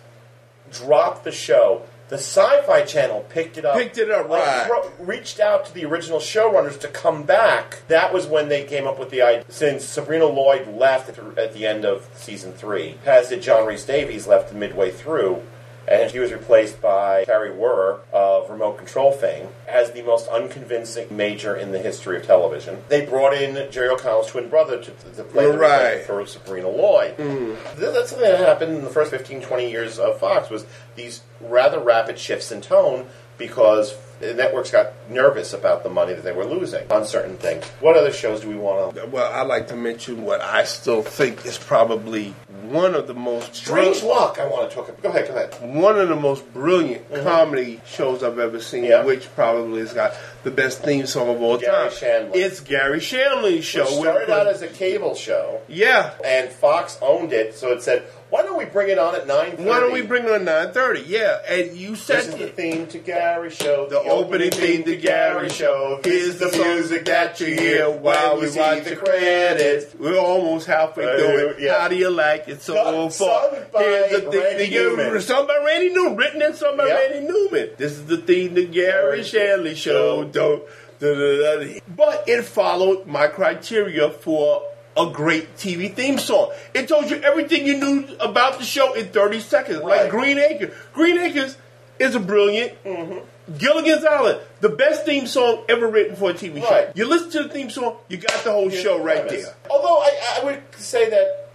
S2: dropped the show. The Sci-Fi Channel picked it up.
S12: Picked it up, right.
S2: uh, re- reached out to the original showrunners to come back. That was when they came up with the idea. Since Sabrina Lloyd left at the- at the end of season three, as did John Rhys Davies left midway through, and he was replaced by Carrie Werr of Remote Control fame as the most unconvincing major in the history of television. They brought in Jerry O'Connell's twin brother to, to play the
S12: Right. Mm.
S2: replacement for Sabrina Lloyd. Th- That's something that happened in the first 15, 20 years of Fox was these rather rapid shifts in tone because the networks got nervous about the money that they were losing on certain things. What other shows do we want to?
S12: Well, I like to mention what I still think is probably one of the most
S2: Strange
S12: brilliant-
S2: Luck. I want to talk. Go ahead. Go ahead.
S12: one of the most brilliant comedy shows I've ever seen,
S2: Uh-huh. Yeah.
S12: which probably has got the best theme song of all
S2: Gary
S12: time.
S2: Shandling.
S12: It's Gary Shanley's show.
S2: Which
S12: with-
S2: started out as a cable show.
S12: yeah.
S2: and Fox owned it, so it said, "Why don't we bring it on at 9.30?
S12: Why don't we bring it on nine thirty? Yeah, and you
S2: this
S12: said
S2: is the theme to Gary Show.
S12: The opening theme to Gary Show. Here's the music that you hear while we watch the credits. We're almost halfway
S2: Uh,
S12: through it.
S2: yeah.
S12: How do you like it so
S2: Sung-
S12: far?
S2: sung by
S12: Here's the thing
S2: Randy
S12: to you.
S2: Newman.
S12: Sung by Randy Newman. Written and sung by
S2: Yep.
S12: Randy Newman. This is the theme to Gary Shanley Show. Don't. da, da, da, da. But it followed my criteria for a great TV theme song. It told you everything you knew about the show in 30 seconds.
S2: Right.
S12: Like Green Acres. Green Acres is a brilliant
S2: Mm-hmm.
S12: Gilligan's Island, the best theme song ever written for a TV
S2: Right.
S12: show. You listen to the theme song, you got the whole show right
S2: premise.
S12: there.
S2: Although I, I would say that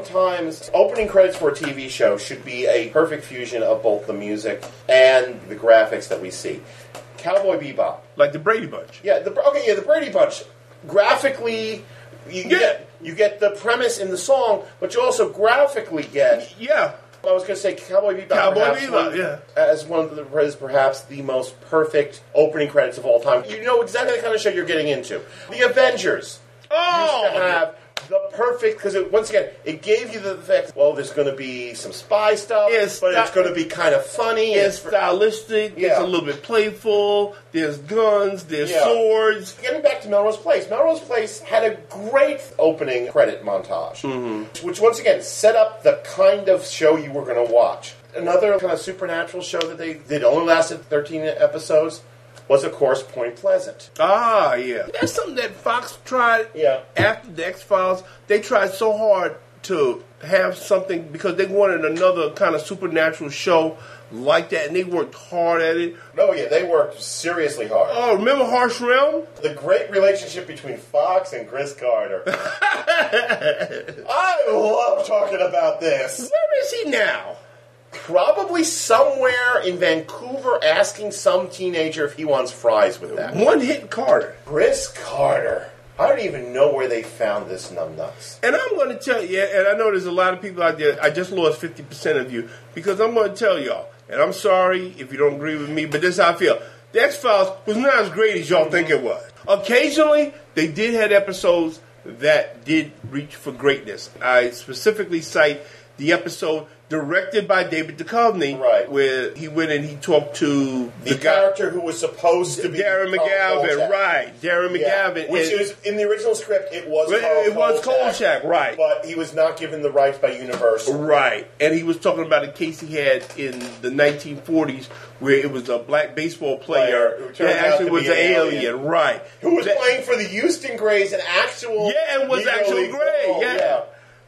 S2: sometimes opening credits for a TV show should be a perfect fusion of both the music and the graphics that we see. Cowboy Bebop.
S12: Like the Brady Bunch.
S2: Yeah, the okay, yeah, the Brady Bunch. Graphically, you get you get the premise in the song, but you also graphically get.
S12: Yeah.
S2: I was going to say Cowboy Bebop.
S12: Cowboy
S2: perhaps
S12: Bebop,
S2: one-
S12: yeah.
S2: As one of the is perhaps the most perfect opening credits of all time. You know exactly the kind of show you're getting into. The Avengers used to
S12: Oh!
S2: have the perfect because it once again it gave you the fact. Well, there's going to be some spy stuff,
S12: It's
S2: but it's
S12: not-
S2: going to be kind of funny. and
S12: It's stylistic, it's
S2: Yeah.
S12: a little bit playful, there's guns, there's
S2: Yeah.
S12: swords.
S2: Getting back to Melrose Place, Melrose Place had a great opening credit montage, which once again set up the kind of show you were going to watch. Another kind of supernatural show that they did only lasted 13 episodes was, of course, Point Pleasant.
S12: Ah, yeah. That's something that Fox tried
S2: Yeah.
S12: after the X Files. They tried so hard to have something because they wanted another kind of supernatural show like that, and they worked hard at it.
S2: Oh, yeah, they worked seriously hard.
S12: Oh, remember Harsh Realm?
S2: The great relationship between Fox and Chris Carter. I love talking about this.
S12: Where is he now?
S2: Probably somewhere in Vancouver asking some teenager if he wants fries with that.
S12: One hit Carter.
S2: Chris Carter. I don't even know where they found this numbnuts.
S12: And I'm going to tell you, and I know there's a lot of people out there, I just lost 50% of you because I'm going to tell y'all, and I'm sorry if you don't agree with me, but this is how I feel. The X Files was not as great as y'all think it was. Occasionally, they did have episodes that did reach for greatness. I specifically cite the episode directed by David Duchovny, right. where he went and he talked to
S2: the, character who was supposed to be
S12: Darren
S2: Carl
S12: McGalvin,
S2: Kolchak.
S12: right? Darren
S2: Yeah,
S12: McGalvin,
S2: which
S12: and-
S2: is in the original script, it was
S12: Well,
S2: Carl
S12: it was Kolchak, right?
S2: But he was not given the rights by Universal,
S12: Right, and he was talking about a case he had in the 1940s where it was a black baseball player
S2: who turned
S12: that
S2: out
S12: actually
S2: to
S12: was
S2: be
S12: an
S2: an
S12: alien,
S2: alien.
S12: right?
S2: Who was
S12: That-
S2: playing for the Houston Grays, an actual
S12: yeah, and was
S2: Negro
S12: actually
S2: League
S12: great.
S2: football,
S12: Yeah.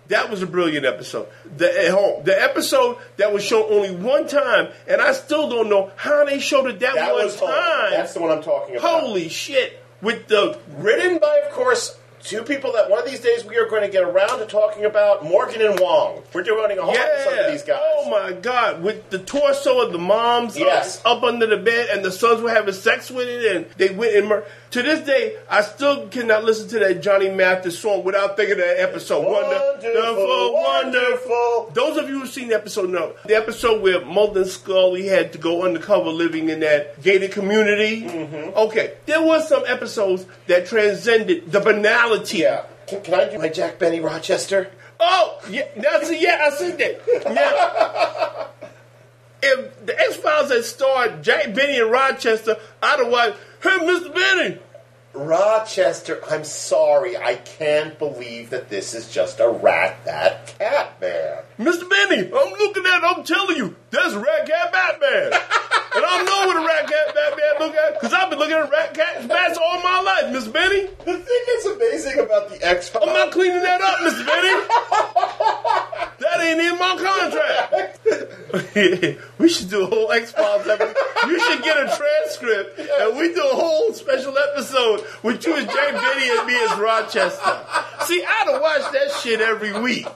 S12: that was a brilliant episode. The at home, the episode that was shown only one time, and I still don't know how they showed it that,
S2: That
S12: one
S2: was
S12: time.
S2: Home. That's the one I'm talking about.
S12: Holy shit! With the
S2: written by, of course, two people that one of these days we are going to get around to talking about Morgan and Wong. We're devoting a whole episode to these guys.
S12: Oh my god, with the torso of the moms uh,
S2: Yes.
S12: up, up under the bed and the sons were having sex with it and they went and mur- to this day I still cannot listen to that Johnny Mathis song without thinking of that episode.
S2: Wonderful,
S12: wonderful. Those of you who've seen the episode know the episode where Mulder and Scully had to go undercover living in that gated community.
S2: Mm-hmm.
S12: Okay, there was some episodes that transcended the banality. Yeah.
S2: Can, can I do my Jack Benny Rochester?
S12: Oh, yeah, that's a, yeah, I said that. Now, if the X Files had starred Jack Benny and Rochester, I'd have watched, hey, Mr. Benny.
S2: Rochester, I'm sorry, I can't believe that this is just a rat that cat man.
S12: Mr. Benny, I'm looking at, I'm telling you, that's Rat Cat Batman. and I know what a Rat Cat Batman look at, because I've been looking at Rat Cat Bats all my life, Miss Benny.
S2: The thing that's amazing about the X Files.
S12: I'm not cleaning that up, Mr. Benny. that ain't in my contract. [laughs] we should do a whole X Files episode. You should get a transcript, and we do a whole special episode with you as Jay Benny and me as Rochester. See, I'd have watched that shit every week.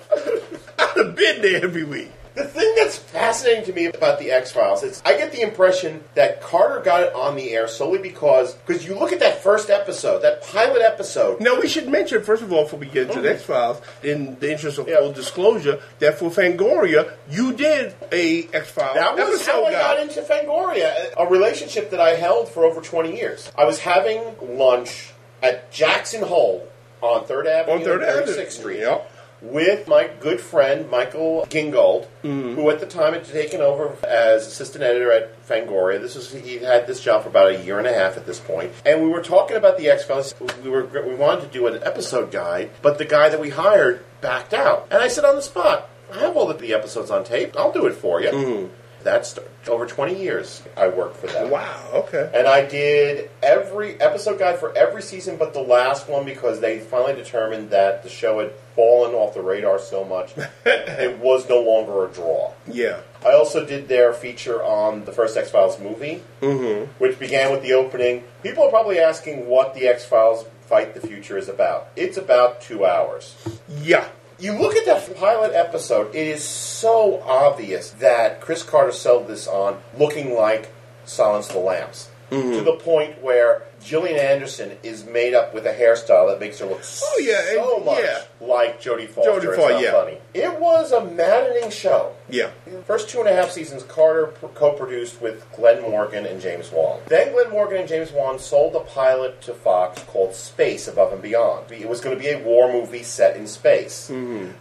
S12: I'd have been there every week.
S2: The thing that's fascinating to me about the X Files is I get the impression that Carter got it on the air solely because because you look at that first episode, that pilot episode.
S12: Now, we should mention, first of all, before we get into the X Files, in the interest of full disclosure, that for Fangoria, you did a X Files
S2: That was how I got into Fangoria, a relationship that I held for over 20 years. I was having lunch at Jackson Hole on 3rd Avenue
S12: On Third
S2: and
S12: Avenue.
S2: 36th Street
S12: Yep.
S2: with my good friend Michael Gingold, who at the time had taken over as assistant editor at Fangoria. This was he had this job for about a year and a half at this point, and we were talking about the X Files. We were we wanted to do an episode guide, but the guy that we hired backed out, and I said on the spot, "I have all the- the episodes on tape. I'll do it for you." That's over 20 years I worked for them.
S12: Wow, okay.
S2: And I did every episode guide for every season but the last one because they finally determined that the show had fallen off the radar so much it was no longer a draw.
S12: Yeah.
S2: I also did their feature on the first X Files movie,
S12: Mm-hmm.
S2: which began with the opening. People are probably asking what the X Files Fight the Future is about. It's about two hours.
S12: Yeah.
S2: You look at that pilot episode, it is so obvious that Chris Carter sold this on looking like Silence of the Lambs.
S12: Mm-hmm.
S2: To the point where Gillian Anderson is made up with a hairstyle that makes her look
S12: Oh, yeah,
S2: so
S12: and-
S2: much
S12: yeah.
S2: like Jodie Foster.
S12: Jodie
S2: It's
S12: Foster,
S2: not
S12: yeah.
S2: funny. It was a maddening show.
S12: Yeah.
S2: First two and a half seasons, Carter pr- co-produced with Glenn Morgan and James Wan. Then Glenn Morgan and James Wan sold the pilot to Fox called Space Above and Beyond. It was going to be a war movie set in space.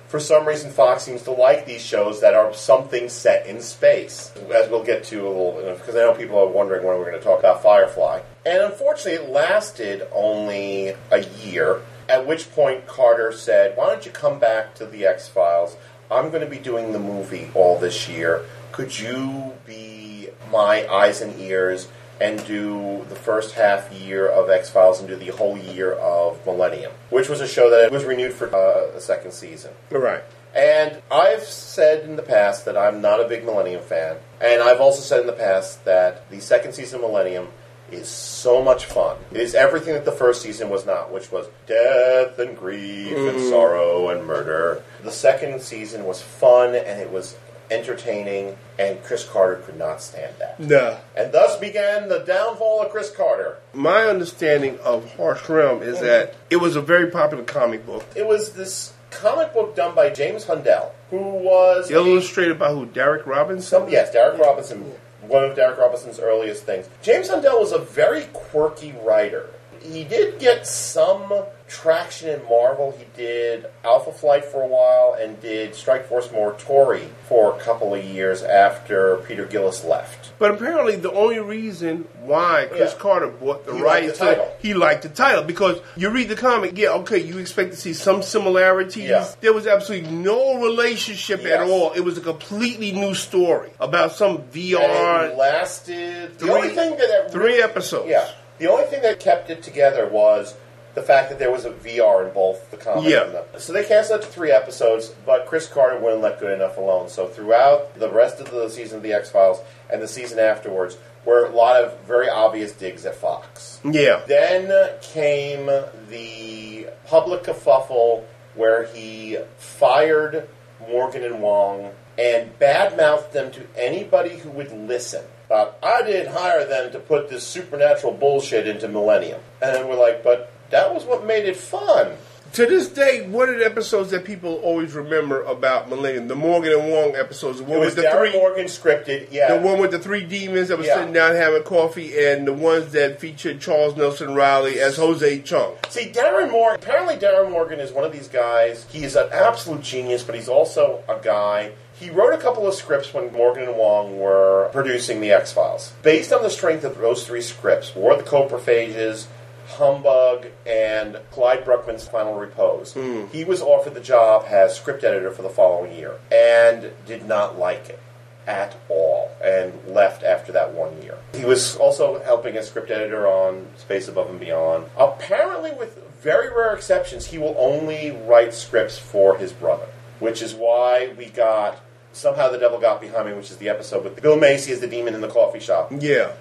S2: For some reason, Fox seems to like these shows that are something set in space, as we'll get to a little because I know people are wondering when we're going to talk about Firefly. And unfortunately, it lasted only a year. At which point, Carter said, "Why don't you come back to the X Files? I'm going to be doing the movie all this year. Could you be my eyes and ears and do the first half year of X Files and do the whole year of Millennium, which was a show that was renewed for uh, a second season.
S12: All right.
S2: And I've said in the past that I'm not a big Millennium fan, and I've also said in the past that the second season of Millennium is so much fun. It is everything that the first season was not, which was death and grief and
S12: Mm.
S2: sorrow and murder. The second season was fun and it was entertaining, and Chris Carter could not stand that.
S12: No.
S2: And thus began the downfall of Chris Carter.
S12: My understanding of Harsh Realm is that it was a very popular comic book,
S2: It was this comic book done by James Hundell, who was
S12: illustrated by who? Derek Robinson.
S2: Some, yes, Derek Robinson, one of Derek Robinson's earliest things. James Hundell was a very quirky writer. He did get some traction in Marvel. He did Alpha Flight for a while and did Strike Force Moratori for a couple of years after Peter Gillis left.
S12: But apparently, the only reason why Chris
S2: Yeah.
S12: Carter bought the
S2: He liked
S12: rights,
S2: the title.
S12: he liked the title because you read the comic, yeah, okay, you expect to see some similarities. There was absolutely no relationship at all. It was a completely new story about some
S2: And
S12: VR.
S2: it lasted. the only thing that that
S12: three episodes.
S2: Yeah. The only thing that kept it together was the fact that there was a VR in both the comic
S12: Yeah.
S2: and the. So they canceled it to three episodes, but Chris Carter wouldn't let good enough alone. So throughout the rest of the season of The X Files and the season afterwards were a lot of very obvious digs at Fox.
S12: Yeah.
S2: Then came the public kerfuffle where he fired Morgan and Wong and badmouthed them to anybody who would listen. About, I didn't hire them to put this supernatural bullshit into Millennium. And then we're like, but that was what made it fun.
S12: To this day, what are the episodes that people always remember about Millennium? The Morgan and Wong episodes. The one
S2: It was
S12: with the
S2: Darren
S12: three,
S2: Morgan scripted, yeah.
S12: the one with the three demons that were
S2: Yeah.
S12: sitting down having coffee, and the ones that featured Charles Nelson Riley as Jose Chung.
S2: See, Darren Morgan, apparently Darren Morgan is one of these guys. He is an absolute genius, but he's also a guy. He wrote a couple of scripts when Morgan and Wong were producing The X Files. Based on the strength of those three scripts War of the Coprophages, Humbug, and Clyde Bruckman's Final Repose, he was offered the job as script editor for the following year and did not like it at all and left after that one year. He was also helping as script editor on Space Above and Beyond. Apparently, with very rare exceptions, he will only write scripts for his brother, which is why we got Somehow the Devil Got Behind Me, which is the episode with Bill Macy as the demon in the coffee shop.
S12: Yeah.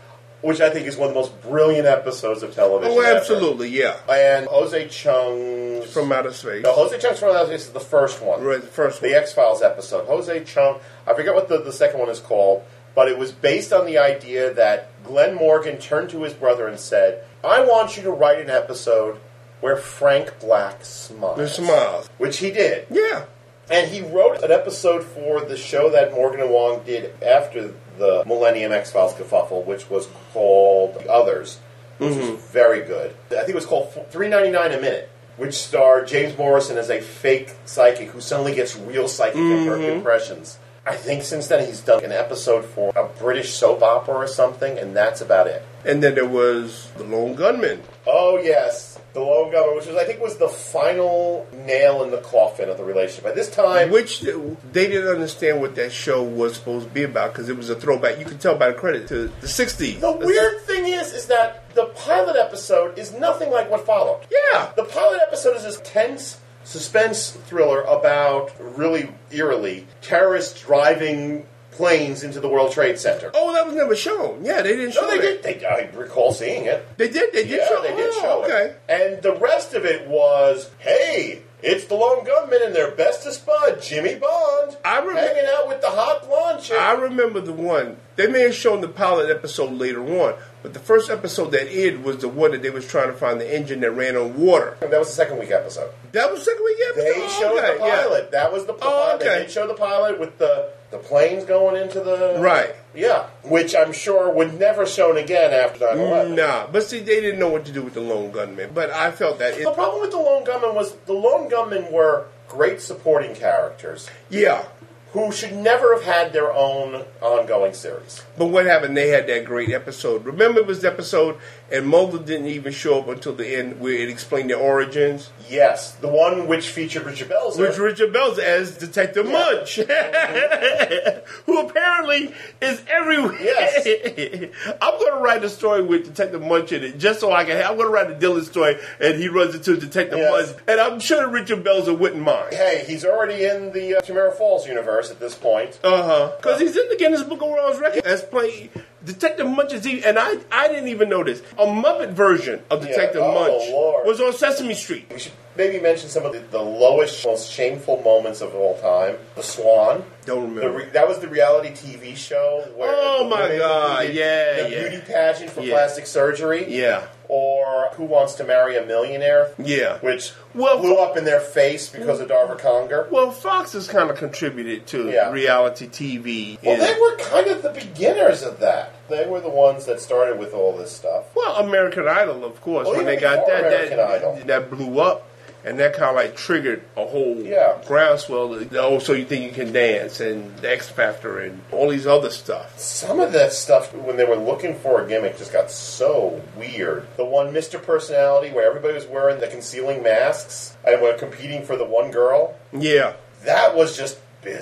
S2: Which I think is one of the most brilliant episodes of television.
S12: Oh,
S2: ever.
S12: absolutely, yeah.
S2: And Jose Chung
S12: From outer space.
S2: no, Jose Chung's from Outer Space is the first one.
S12: Right, the first
S2: The X Files episode. Jose Chung, I forget what the, the second one is called, but it was based on the idea that Glenn Morgan turned to his brother and said, I want you to write an episode where Frank Black smiles.
S12: The smiles.
S2: Which he did.
S12: Yeah.
S2: And he wrote an episode for the show that Morgan and Wong did after the Millennium X Files kerfuffle, which was called The Others, which was very good. I think it was called three ninety nine a minute, which starred James Morrison as a fake psychic who suddenly gets real psychic impre- impressions. I think since then he's done an episode for a British soap opera or something, and that's about it.
S12: And then there was the Lone Gunman.
S2: Oh yes, the lone gunman, which was I think was the final nail in the coffin of the relationship. By this time,
S12: Which th- they didn't understand what that show was supposed to be about because it was a throwback. You can tell by the credit to the 60s.
S2: The weird thing is, is that the pilot episode is nothing like what followed.
S12: Yeah.
S2: The pilot episode is this tense suspense thriller about, really eerily, terrorists driving planes into the World Trade Center.
S12: Oh, that was never shown. Yeah, they didn't show
S2: No, they
S12: that.
S2: did. They, I recall seeing it.
S12: They did. They did
S2: yeah,
S12: show.
S2: they did
S12: oh,
S2: show
S12: okay.
S2: it. And the rest of it was, hey, it's the lone gunman and their bestest bud, Jimmy Bond,
S12: I remember-
S2: hanging out with the hot blonde chick.
S12: I remember the one. They may have shown the pilot episode later on, but the first episode that aired was the one that they was trying to find the engine that ran on water.
S2: that was the second week episode.
S12: That was the second week episode.
S2: They
S12: Oh,
S2: showed
S12: okay,
S2: the
S12: yeah.
S2: pilot. That was the
S12: Oh,
S2: pilot.
S12: okay.
S2: They did show the pilot with the, the planes going into the
S12: Right.
S2: Yeah, which I'm sure would never shown again after 9 11.
S12: Mm, Nah, but see, they didn't know what to do with the lone gunman. But I felt that. It,
S2: The problem with the Lone Gunman was the Lone Gunmen were great supporting characters
S12: yeah,
S2: who should never have had their own ongoing series.
S12: but what happened? They had that great episode. Remember, it was the episode, and Mulder didn't even show up until the end, where it explained their origins.
S2: Yes, the one which featured Richard Belzer.
S12: Which Richard Bells as Detective Munch, [laughs] who apparently is everywhere.
S2: Yes.
S12: I'm going to write a story with Detective Munch in it, just so I can. I'm going to write a Dylan story, and he runs into Detective
S2: Yes.
S12: Munch, and I'm sure Richard Bells wouldn't mind.
S2: hey, he's already in the uh, Chimera Falls universe at this point.
S12: Uh huh. Because he's in the Guinness Book of World Records as playing Detective Munch is even, and I I didn't even know this. A Muppet version of
S2: Yeah.
S12: Detective
S2: Oh,
S12: Munch
S2: Lord.
S12: was on Sesame Street.
S2: we should maybe mention some of the, the lowest, most shameful moments of all time. The Swan.
S12: Don't
S2: The
S12: remember.
S2: re- that was the reality TV show where.
S12: Oh,
S2: the
S12: my
S2: women
S12: God.
S2: competed
S12: Yeah,
S2: in The
S12: yeah.
S2: beauty pageant for
S12: Yeah.
S2: plastic surgery.
S12: Yeah.
S2: or Who Wants to Marry a Millionaire?
S12: Yeah.
S2: Which blew up in their face because of Darva Conger.
S12: Well, Fox has kind of contributed to reality TV.
S2: Well,
S12: in-
S2: they were kind of the beginners of that. They were the ones that started with all this stuff.
S12: Well, American Idol, of course,
S2: Well,
S12: when they
S2: even
S12: got
S2: before
S12: that,
S2: American Idol.
S12: that, that blew up, and that kind of like triggered a whole
S2: Yeah.
S12: groundswell. of, Oh, so you think you can dance, and the X Factor, and all these other stuff.
S2: Some of that stuff, when they were looking for a gimmick, just got so weird. The one Mr. Personality where everybody was wearing the concealing masks and were competing for the one girl,
S12: Yeah,
S2: that was just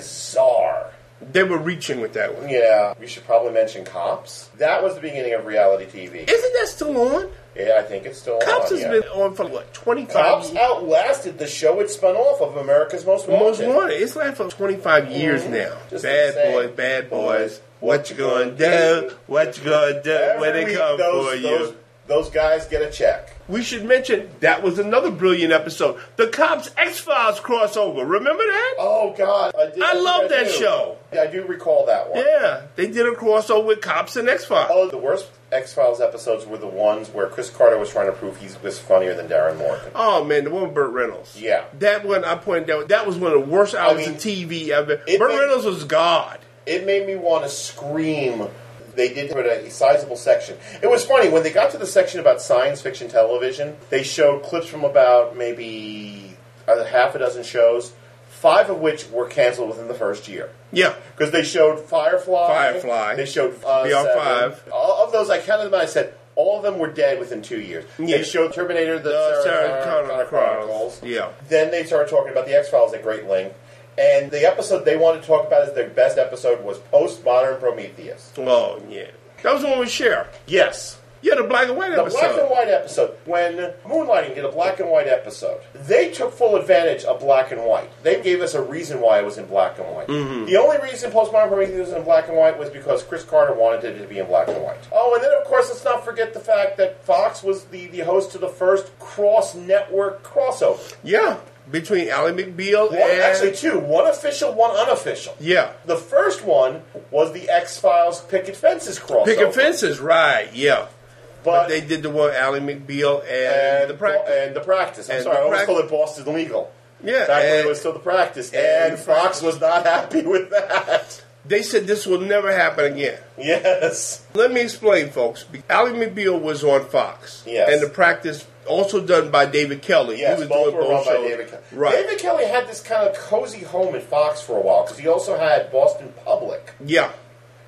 S2: bizarre.
S12: they were reaching with that one.
S2: Yeah, we should probably mention Cops. That was the beginning of reality TV.
S12: Isn't that still on?
S2: Yeah, I think it's still
S12: Cops
S2: on.
S12: has
S2: yeah.
S12: been on for what twenty five
S2: Cops
S12: years.
S2: outlasted the show it spun off of America's Most
S12: Most
S2: Wanted.
S12: wanted. It's lasted for twenty five years now.
S2: Mm-hmm. Just
S12: bad
S2: insane.
S12: boys, bad boys. What you gonna do? What you gonna do when
S2: Every
S12: they
S2: week,
S12: come
S2: those,
S12: for you?
S2: those, Those guys get a check.
S12: We should mention that was another brilliant episode. The Cops X Files crossover. Remember that?
S2: Oh God, I, did,
S12: I
S2: think
S12: love that
S2: do.
S12: show.
S2: Yeah, I do recall that one.
S12: Yeah, they did a crossover with Cops and X Files.
S2: Oh, the worst X Files episodes were the ones where Chris Carter was trying to prove he was funnier than Darren Morgan.
S12: Oh man, the one with Burt Reynolds.
S2: Yeah.
S12: That one I pointed out. That was one of the worst hours
S2: mean,
S12: in TV ever. Burt
S2: it made-
S12: Reynolds was God.
S2: It made me want to scream. They did put a sizable section. It was funny when they got to the section about science fiction television. They showed clips from about maybe a half a dozen shows, five of which were canceled within the first year.
S12: Yeah.
S2: Because they showed Firefly.
S12: Firefly.
S2: They showed uh,
S12: BR5.
S2: Seven. All of those, I counted them and I said, all of them were dead within two years.
S12: Yeah.
S2: They showed Terminator, the
S12: The
S2: Sarah,
S12: Sarah
S2: Connor,
S12: Connor
S2: Chronicles.
S12: Chronicles. Yeah.
S2: Then they started talking about the X Files at great length. And the episode they wanted to talk about as their best episode was Postmodern Prometheus.
S12: Oh yeah. That was the one with Cher.
S2: Yes.
S12: Yeah, the black and white
S2: The
S12: episode.
S2: black and white episode. When Moonlighting did a black and white episode, they took full advantage of black and white. They gave us a reason why it was in black and white. The only reason Postmodern Prometheus was in black and white was because Chris Carter wanted it to be in black and white. Oh, and then of course, let's not forget the fact that Fox was the, the host to the first cross network crossover.
S12: Yeah, between Ally McBeal
S2: One,
S12: and
S2: actually, two. One official, one unofficial.
S12: yeah.
S2: The first one was the X Files Picket Fences crossover.
S12: Picket fences, right? Yeah. But,
S2: But-
S12: they did the one Ally McBeal and,
S2: and
S12: the practice.
S2: and the practice. I'm
S12: And
S2: sorry,
S12: the
S2: I always
S12: prac-
S2: call it Boston legal.
S12: Yeah,
S2: back when
S12: and-
S2: it was still the practice,
S12: and
S2: and,
S12: the
S2: Fox
S12: practice.
S2: was not happy with that. [laughs]
S12: they said this will never happen again.
S2: Yes,
S12: Let me explain, folks. Be- Ally McBeal was on Fox.
S2: Yes.
S12: And the practice also done by David Kelly.
S2: yes,
S12: was
S2: both
S12: doing
S2: were run by
S12: shows.
S2: David Kelly.
S12: Right.
S2: David Kelly had this kind of cozy home at Fox for a while because he also had Boston Public.
S12: yeah.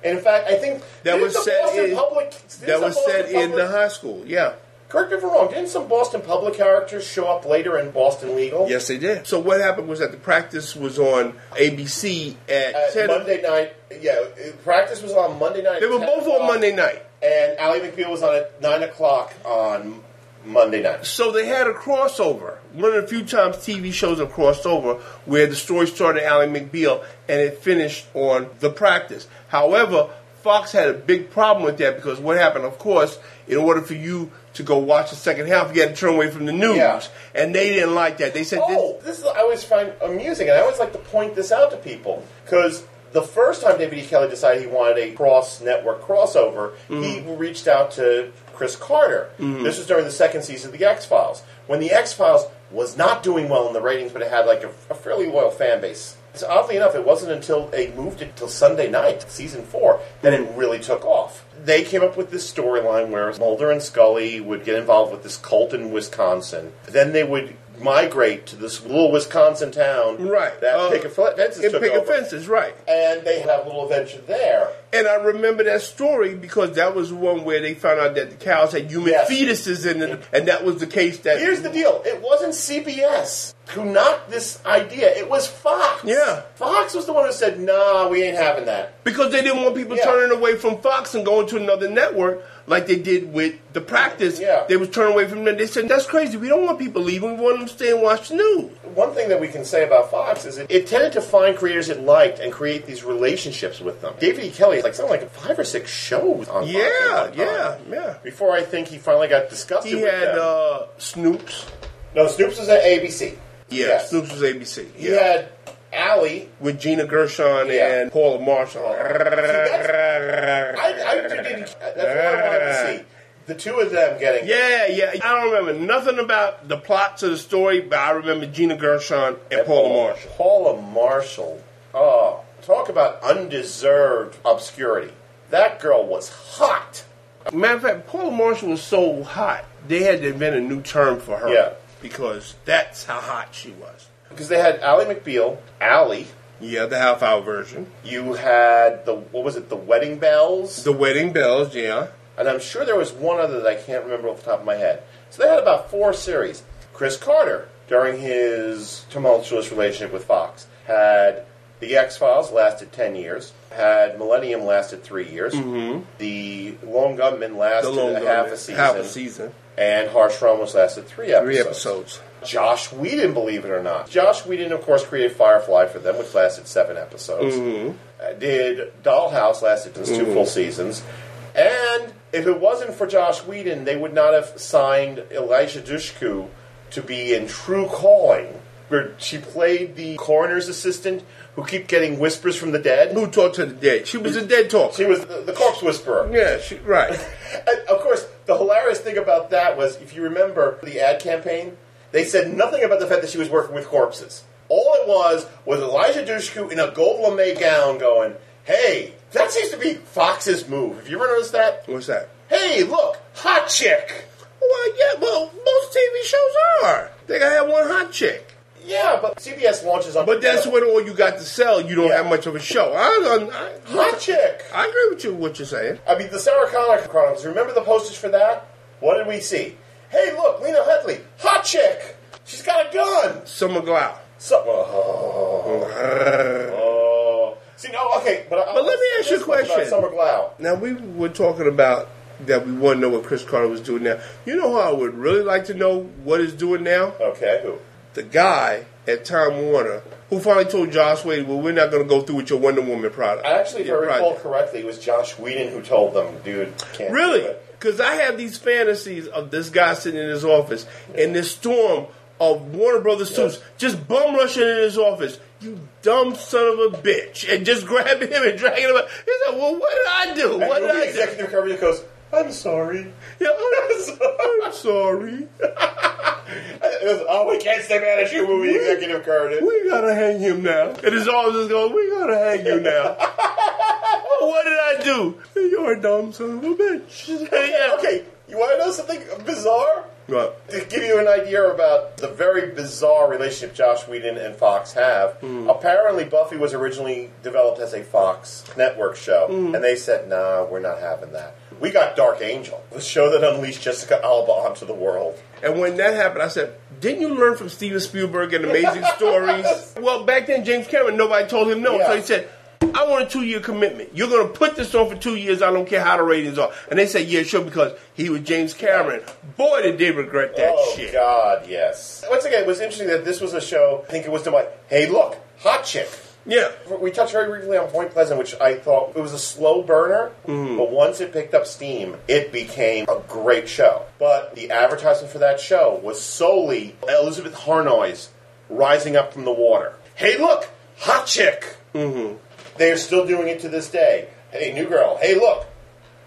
S2: And in fact, I think
S12: That
S2: didn't
S12: was
S2: the
S12: set
S2: Boston
S12: in-
S2: Public.
S12: That was
S2: said
S12: said in the high school. Yeah.
S2: Correct me if I'm wrong. Didn't some Boston Public characters show up later in Boston Legal?
S12: Yes, they did. So what happened was that the practice was on ABC at,
S2: At
S12: 10.
S2: Monday night, yeah, it- practice was on Monday night.
S12: They
S2: at
S12: were
S2: 10
S12: both on
S2: o'clock.
S12: Monday night.
S2: and Ally McBeal was on at nine o'clock on Monday night.
S12: So they had a crossover. One of the few times TV shows have crossed over where the story started Ally McBeal and it finished on The Practice. However, Fox had a big problem with that because what happened, of course, in order for you to go watch the second half, you had to turn away from the news.
S2: Yeah.
S12: And they didn't like that. They said,
S2: Oh, this is I always find amusing, and I always like to point this out to people because the first time David E. Kelly decided he wanted a cross network crossover, he reached out to Chris Carter. This was during the second season of The X Files when The X Files was not doing well in the ratings, but it had like a, a fairly loyal fan base. So oddly enough, it wasn't until they moved it till Sunday night, season four, that it really took off. They came up with this storyline where Mulder and Scully would get involved with this cult in Wisconsin. Then they would migrate to this little Wisconsin town
S12: Right.
S2: that
S12: Uh,
S2: picket fences
S12: this
S2: took
S12: pick
S2: over.
S12: offenses, right.
S2: And they have a little adventure there.
S12: And I remember that story because that was the one where they found out that the cows had human
S2: Yes.
S12: fetuses in it, and that was the case that
S2: Here's the deal: it wasn't CBS who knocked this idea; it was Fox.
S12: Yeah.
S2: Fox was the one who said, "Nah, we ain't having that."
S12: Because they didn't want people
S2: Yeah.
S12: turning away from Fox and going to another network like they did with the practice.
S2: Yeah.
S12: They was turning away from them. They said, that's crazy. We don't want people leaving. We want them to stay and watch the news.
S2: One thing that we can say about Fox is it, it tended to find creators it liked and create these relationships with them. David E. Kelly, like something like five or six shows on Fox
S12: Yeah,
S2: at one time.
S12: yeah, yeah.
S2: Before I think he finally got disgusted
S12: He
S2: with
S12: had
S2: them.
S12: uh, Snoops.
S2: no, Snoops was at ABC.
S12: Yeah,
S2: Yes.
S12: Snoops was ABC.
S2: He
S12: Yeah.
S2: had Allie.
S12: With Gina Gershon
S2: Yeah.
S12: and Paula Marshall.
S2: See, that's- I, I didn't. That's what I wanted to see. The two of them getting
S12: Yeah, yeah. I don't remember nothing about the plot to the story, but I remember Gina Gershon and, Paula Marshall.
S2: Paula Marshall. Oh, talk about undeserved obscurity. That girl was hot.
S12: Matter of fact, Paula Marshall was so hot, they had to invent a new term for her.
S2: Yeah.
S12: Because that's how hot she was.
S2: Because they had Ally McBeal, Ally.
S12: Yeah, the half hour version.
S2: You had the what was it? The Wedding Bells.
S12: The Wedding Bells, yeah.
S2: And I'm sure there was one other that I can't remember off the top of my head. So they had about four series. Chris Carter, during his tumultuous relationship with Fox, had The X Files lasted ten years. Had Millennium lasted three years.
S12: Mhm.
S2: The Lone Gunman lasted
S12: Lone
S2: a half
S12: Gunman,
S2: a season.
S12: half a season.
S2: And Harsh Romans lasted three episodes.
S12: Three episodes.
S2: Josh Whedon, believe it or not. Josh Whedon, of course, created Firefly for them, which lasted seven episodes.
S12: Mhm.
S2: Uh, did Dollhouse lasted just two
S12: Mhm.
S2: full seasons, and if it wasn't for Josh Whedon, they would not have signed Elisha Dushku to be in True Calling, where she played the coroner's assistant who keep getting whispers from the dead.
S12: Who talked to the dead? She was a dead talker.
S2: She was the, the corpse whisperer.
S12: Yeah, she, right.
S2: And of course, the hilarious thing about that was, if you remember the ad campaign, they said nothing about the fact that she was working with corpses. All it was was Elijah Dushku in a gold lame gown going, "Hey, that seems to be Fox's move." Have you ever noticed that?
S12: What's that?
S2: Hey, look, hot chick.
S12: Well, yeah, well, most TV shows are. They gotta have one hot chick.
S2: Yeah, but CBS launches on.
S12: But that's when all you got to sell. You don't have much of a show. I, I, I,
S2: hot chick.
S12: I agree with you what you're saying.
S2: I mean, the Sarah Connor Chronicles. Remember the postage for that? What did we see? Hey, look, Lena Headley, hot chick. She's got a gun.
S12: Summer Glau.
S2: So, oh. See, no, okay, but, I,
S12: But let me ask you a
S2: this one about
S12: question.
S2: Summer Glau.
S12: Now we were talking about that we want to know what Chris Carter was doing now. You know who I would really like to know what he's doing now?
S2: Okay, who?
S12: The guy at Time Warner who finally told Josh Wade, "Well, we're not going to go through with your Wonder Woman product."
S2: Actually, if I
S12: Your
S2: recall
S12: project.
S2: correctly, it was Josh Whedon who told them, dude, can't
S12: Really?
S2: do it.
S12: Because I have these fantasies of this guy sitting in his office and this storm of Warner Brothers suits just bum rushing in his office. You dumb son of a bitch. And just [laughs] grabbing him and dragging him out. He's like, well, what did I do?
S2: And
S12: What did
S2: the
S12: I do?
S2: executive coverage goes, I'm sorry.
S12: Yeah, [laughs] I'm, I'm sorry.
S2: It was, oh, we can't stay mad at you when we executive covered it.
S12: We gotta hang him now. And his arms just going, we gotta hang you [laughs] now. what did I do? You're a dumb son of a bitch. Yeah.
S2: Okay, you want to know something bizarre?
S12: Right.
S2: To give you an idea about the very bizarre relationship Josh Whedon and Fox have, apparently Buffy was originally developed as a Fox network show, and they said, nah, we're not having that. We got Dark Angel, the show that unleashed Jessica Alba onto the world.
S12: And when that happened, I said, "Didn't you learn from Steven Spielberg and [laughs] Amazing Stories?" Well, back then, James Cameron, nobody told him no,
S2: Yeah.
S12: so he said, "I want a two-year commitment. You're going to put this on for two years. I don't care how the ratings are." And they said, "Yeah, sure," because he was James Cameron. Boy, did they regret that
S2: oh,
S12: shit.
S2: God, yes. Once again, it was interesting that this was a show, I think it was to my, hey, look, hot chick.
S12: Yeah,
S2: We touched very briefly on Point Pleasant, which I thought it was a slow burner, but once it picked up steam, it became a great show. But the advertisement for that show was solely Elizabeth Harnois rising up from the water. Hey, look, hot chick. Mm-hmm. They are still doing it to this day. Hey, new girl. Hey, look,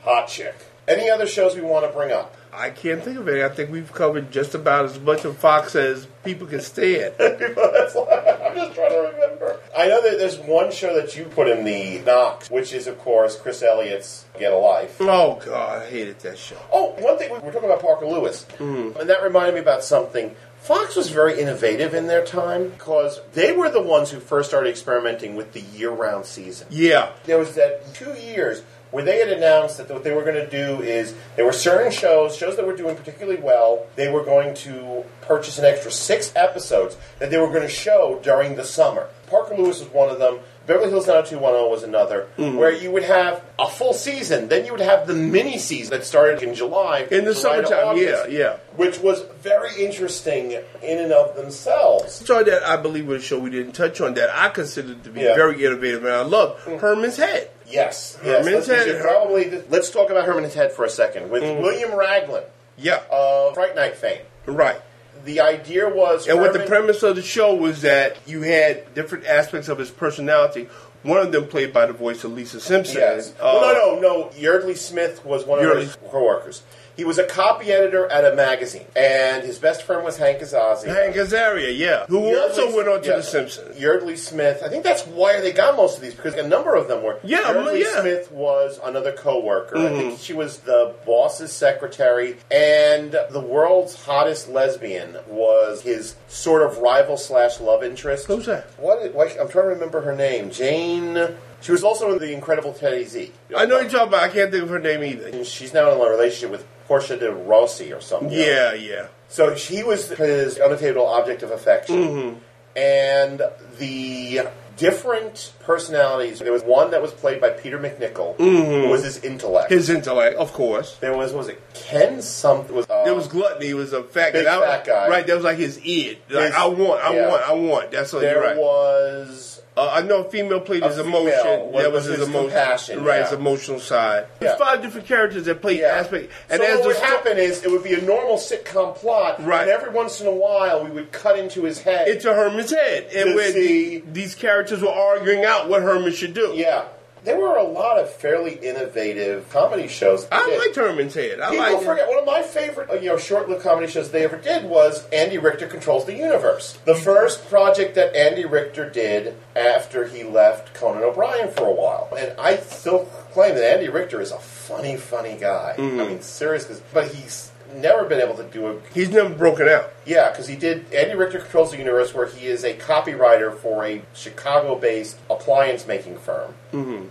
S2: hot chick. Any other shows we want to bring up? [laughs]
S12: I can't think of any. I think we've covered just about as much of Fox as people can stand. [laughs]
S2: That's why I'm just trying to remember. I know that there's one show that you put in the Knox, which is, of course, Chris Elliott's Get a Life.
S12: oh God, I hated that show.
S2: Oh, one thing we were talking about Parker Lewis, and that reminded me about something. Fox was very innovative in their time because they were the ones who first started experimenting with the year-round season.
S12: Yeah,
S2: There was that two years where they had announced that what they were going to do is there were certain shows, shows that were doing particularly well, they were going to purchase an extra six episodes that they were going to show during the summer. Parker Lewis was one of them. Beverly Hills 90210 was another,
S12: Mm-hmm.
S2: where you would have a full season, then you would have the mini season that started in July
S12: In the
S2: July to
S12: summertime, yeah,
S2: August,
S12: yeah.
S2: which was very interesting in and of themselves.
S12: story that I believe was a show we didn't touch on that I considered to be
S2: Yeah. Mm.
S12: very innovative and I love Herman's Head.
S2: Yes, yes.
S12: Herman's
S2: let's- we
S12: Head.
S2: should Probably. Let's talk about Herman's Head for a second with
S12: Mm-hmm.
S2: William Raglan.
S12: Yeah,
S2: of Fright Night fame.
S12: right.
S2: The idea was,
S12: And what the
S2: Herman-
S12: premise of the show was that you had different aspects of his personality. One of them played by the voice of Lisa Simpson.
S2: Yes.
S12: Uh,
S2: well, no, no, no. Yardley Smith was one of
S12: Yardley-
S2: his coworkers. He was a copy editor at a magazine, and his best friend was Hank Azazi.
S12: Hank Azaria, yeah, who
S2: Yeardley-
S12: also went on to
S2: yeah,
S12: The Simpsons.
S2: Yeardley Smith. I think that's why they got most of these because a number of them were.
S12: Yeah, well,
S2: Yeardley
S12: yeah.
S2: Smith was another coworker. I
S12: Mhm.
S2: think she was the boss's secretary, and the world's hottest lesbian was his sort of rival slash love interest. Who's
S12: that?
S2: What? Like, I'm trying to remember her name. Jane. She was also in The Incredible Teddy Z.
S12: I know what you're talking about. I can't think of her name either.
S2: And she's now in a relationship with Portia de Rossi or something.
S12: Yeah, yeah.
S2: So she was his unattainable object of affection.
S12: Mm-hmm.
S2: And the different personalities, there was one that was played by Peter McNichol,
S12: Mhm.
S2: who was his intellect.
S12: His intellect, of course.
S2: There was, what was it Ken something? Was, uh,
S12: there was gluttony. He was a fat
S2: big
S12: guy. I-
S2: fat guy.
S12: Right, that was like his id. Like,
S2: His-
S12: I want, I
S2: yeah.
S12: want, I want. That's what
S2: there
S12: you're right.
S2: was
S12: uh, I know a female played
S2: a
S12: his
S2: female
S12: emotion.
S2: was-
S12: that
S2: was
S12: was his,
S2: his
S12: emotion.
S2: compassion,
S12: Right,
S2: yeah.
S12: his emotional side. There's
S2: Yeah.
S12: five different characters that played aspect. And
S2: so
S12: as
S2: what
S12: the
S2: would
S12: sto-
S2: happen is it would be a normal sitcom plot,
S12: Right.
S2: and every once in a while we would cut into his head.
S12: into Herman's head, and
S2: To
S12: where
S2: see-
S12: the- these characters were arguing out what Herman should do.
S2: yeah, there were a lot of fairly innovative comedy shows.
S12: I
S2: Yeah.
S12: liked Herman's head. I
S2: People
S12: liked
S2: forget one of my favorite, uh, you know, short-lived comedy shows they ever did was Andy Richter controls the universe. The first project that Andy Richter did after he left Conan O'Brien for a while, and I still claim that Andy Richter is a funny, funny guy. I mean, serious, 'cause- but he's never been able to do a
S12: He's never broken out.
S2: yeah, because he did. Andy Richter controls the universe, where he is a copywriter for a Chicago-based appliance-making firm.
S12: Mm-hmm.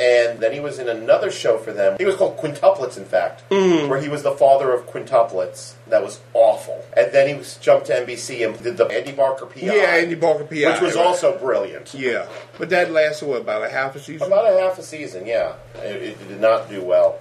S2: And then he was in another show for them. He was called Quintuplets, in fact,
S12: Mm.
S2: where he was the father of quintuplets. That was awful. And then he was jumped to NBC and did the Andy Barker PI.
S12: Yeah, Andy Barker PI,
S2: Which was
S12: right.
S2: also brilliant.
S12: Yeah, but that lasted what about a half a season?
S2: About a half a season, yeah. It, it did not do well.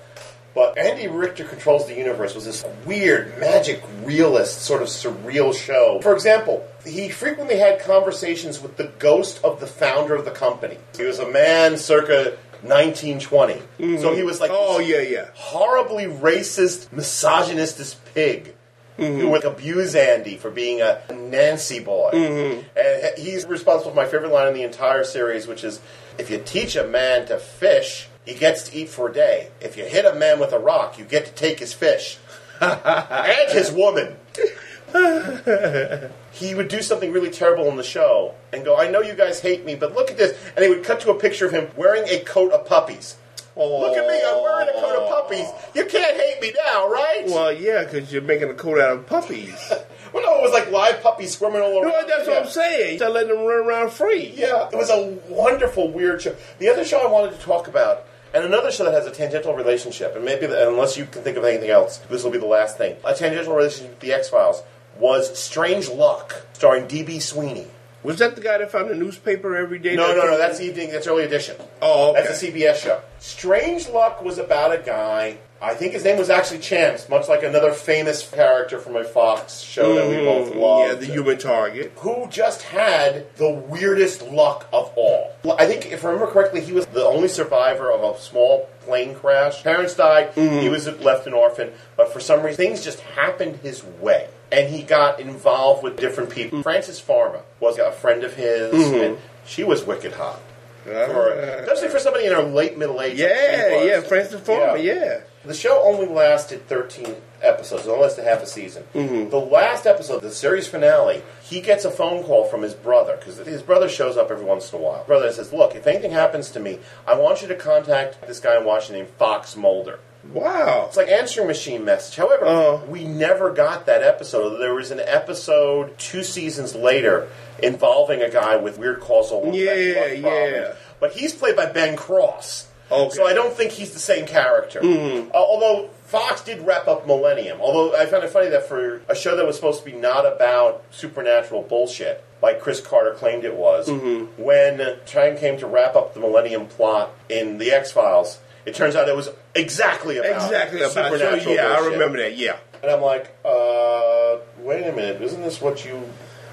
S2: But Andy Richter Controls the Universe was this weird, magic, realist, sort of surreal show. For example, he frequently had conversations with the ghost of the founder of the company. He was a man circa 1920. So he was like,
S12: Oh,
S2: this
S12: yeah, yeah.
S2: horribly racist, misogynistic pig.
S12: Mm-hmm.
S2: Who would abuse Andy for being a Nancy boy.
S12: Mm-hmm.
S2: And he's responsible for my favorite line in the entire series, which is if you teach a man to fish, he gets to eat for a day. If you hit a man with a rock, you get to take his fish and his
S12: [laughs]
S2: woman. he would do something really terrible in the show and go, I know you guys hate me, but look at this. And he would cut to a picture of him wearing a coat of puppies. Look at me, I'm wearing a coat of puppies. You can't hate me now, right?
S12: Well, yeah, because you're making a coat out of puppies.
S2: [laughs] Well, no, it was like live puppies squirming all around.
S12: No, that's what I'm
S2: Yeah.
S12: saying. They're letting them run around free.
S2: Yeah, it was a wonderful, weird show. The other show I wanted to talk about, and another show that has a tangential relationship, and maybe that, unless you can think of anything else, this will be the last thing. A tangential relationship with the X Files was Strange Luck, starring D.B. Sweeney.
S12: Was that the guy that found a newspaper every day?
S2: No,
S12: that-
S2: no, no. That's evening. That's early edition.
S12: Oh, okay.
S2: that's a CBS show. Strange Luck was about a guy. I think his name was actually Chance, much like another famous character from a Fox show that we both
S12: Mm,
S2: love.
S12: Yeah, the human target.
S2: who just had the weirdest luck of all. Well, I think, if I remember correctly, he was the only survivor of a small plane crash. Parents died, he was left an orphan, but for some reason, things just happened his way. And he got involved with different people. Frances Farmer was a friend of his,
S12: Mhm.
S2: and she was wicked hot. For, especially for somebody in her late middle ages.
S12: Yeah,
S2: she was.
S12: yeah, Francis Farmer, yeah.
S2: The show only lasted 13 episodes, it only lasted half a season.
S12: Mm-hmm.
S2: The last episode, the series finale, he gets a phone call from his brother, because his brother shows up every once in a while. Brother says, Look, if anything happens to me, I want you to contact this guy in Washington named Fox Mulder.
S12: Wow.
S2: It's like answering machine message. However,
S12: Uh-huh.
S2: we never got that episode. There was an episode two seasons later involving a guy with weird causal
S12: Yeah,
S2: problems.
S12: yeah.
S2: But he's played by Ben Cross.
S12: Okay.
S2: So I don't think he's the same character.
S12: Mhm.
S2: Uh, although Fox did wrap up Millennium. Although I found it funny that for a show that was supposed to be not about supernatural bullshit, like Chris Carter claimed it was,
S12: Mhm.
S2: when time came to wrap up the Millennium plot in The X Files, it turns out it was exactly about
S12: Exactly. About it. So,
S2: supernatural.
S12: yeah, I
S2: bullshit.
S12: remember that. Yeah.
S2: And I'm like, uh, wait a minute, isn't this what you?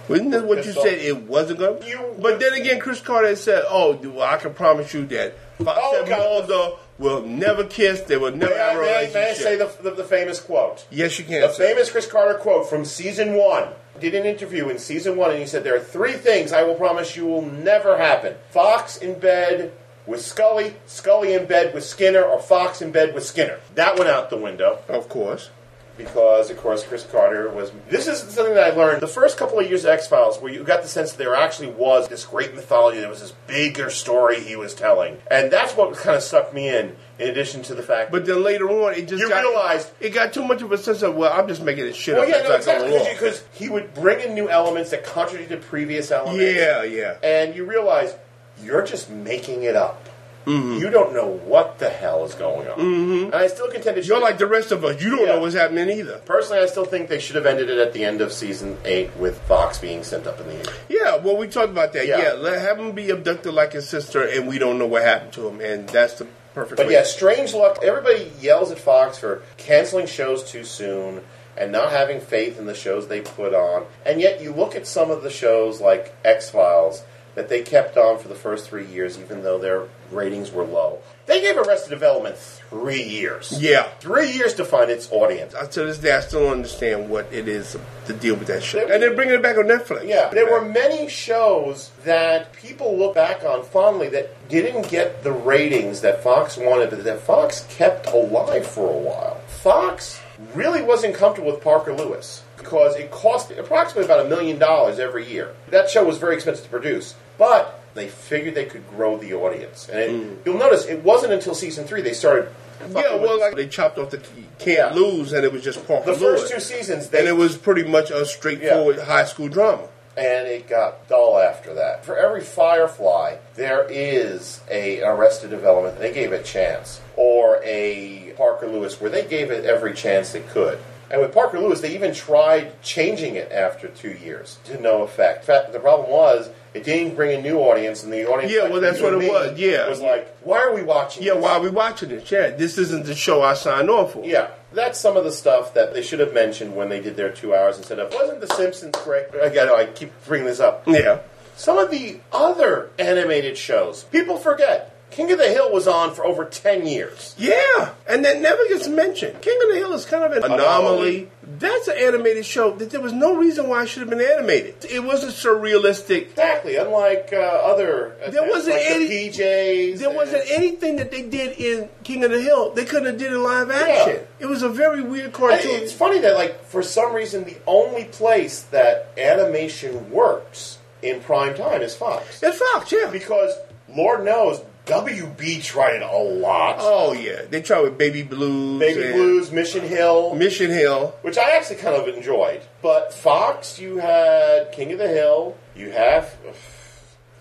S12: Wasn't that what you
S2: Pissed off.
S12: said? It wasn't going to. But then again, Chris Carter had said, "Oh, dude, well, I can promise you that Fox and Mulder will never kiss. They will never
S2: Oh, May I,
S12: have a
S2: may I-
S12: relationship."
S2: may I say the, the, the famous quote?
S12: yes, you can.
S2: The
S12: say it.
S2: famous Chris Carter quote from season one. Did an interview in season one, and he said there are three things I will promise you will never happen: Fox in bed with Scully, Scully in bed with Skinner, or Fox in bed with Skinner. That went out the window.
S12: Of course.
S2: Because, of course, Chris Carter was. This is something that I learned the first couple of years of X Files, where you got the sense that there actually was this great mythology, there was this bigger story he was telling. And that's what kind of sucked me in, in addition to the fact
S12: But then later on, it just
S2: You
S12: got,
S2: realized-
S12: it got too much of a sense of well, I'm just making this shit
S2: Well,
S12: up.
S2: yeah,
S12: That's
S2: no,
S12: not going
S2: exactly.
S12: along.
S2: Because he would bring in new elements that contradicted previous elements.
S12: Yeah, yeah.
S2: And you realize you're just making it up.
S12: Mm-hmm.
S2: You don't know what the hell is going on. Mm-hmm. And I still contend it
S12: You're like the rest of us. You don't know what's happening either.
S2: Personally, I still think they should have ended it at the end of season eight with Fox being sent up in the air.
S12: Yeah, well, we talked about that.
S2: Yeah.
S12: Yeah, let, have him be abducted like his sister, and we don't know what happened to him, and that's the perfect.
S2: But
S12: way.
S2: yeah, strange luck. Everybody yells at Fox for canceling shows too soon and not having faith in the shows they put on. And yet, you look at some of the shows like X Files that they kept on for the first three years, even though their ratings were low. They gave Arrested Development three years.
S12: Yeah.
S2: Three years to find its audience.
S12: I- to this day, I still don't understand what it is to deal with that shit. And they're bringing it back on Netflix.
S2: Yeah, there were many shows that people look back on fondly that didn't get the ratings that Fox wanted, but that Fox kept alive for a while. Fox really wasn't comfortable with Parker Lewis because it cost approximately about a million dollars every year. That show was very expensive to produce, but they figured they could grow the audience. And it,
S12: Hmm.
S2: you'll notice it wasn't until season three they started.
S12: Yeah, well, like they chopped off the key- can't lose, and it was just Parker
S2: The first
S12: Lewis.
S2: two seasons, they-
S12: and it was pretty much a straightforward high school drama.
S2: and it got dull after that. For every Firefly, there is a Arrested Development. They gave it a chance, or a Parker Lewis, where they gave it every chance they could. And with Parker Lewis, they even tried changing it after two years to no effect. In fact, the problem was it didn't bring a new audience, and the audience
S12: Yeah,
S2: like
S12: well, that's
S2: you and
S12: what it
S2: me,
S12: was, yeah.
S2: was like, why are we watching?
S12: Yeah,
S2: this?
S12: why are we watching this? Yeah, this isn't the show I signed on for.
S2: Yeah, that's some of the stuff that they should have mentioned when they did their two hours instead of wasn't the Simpsons great? Again, I keep bringing this up.
S12: Yeah.
S2: Some of the other animated shows people forget. King of the Hill was on for over ten years.
S12: Yeah, and that never gets mentioned. King of the Hill is kind of an anomaly.
S2: Anomaly.
S12: That's an animated show that there was no reason why it should have been animated. It wasn't surrealistic.
S2: Exactly, unlike uh, other.
S12: There wasn't
S2: like the
S12: any
S2: PJs.
S12: There wasn't anything that they did in King of the Hill. They couldn't have did in live action. It was a very weird
S2: I-
S12: cartoon.
S2: It's funny that, like, for some reason, the only place that animation works in prime time is Fox.
S12: It's Fox, yeah.
S2: Because Lord knows WB tried it a lot.
S12: Oh yeah, they tried with Baby Blues,
S2: Baby
S12: and
S2: Blues, Mission Hill,
S12: Mission Hill.
S2: which I actually kind of enjoyed. But Fox, you had King of the Hill, you have ugh,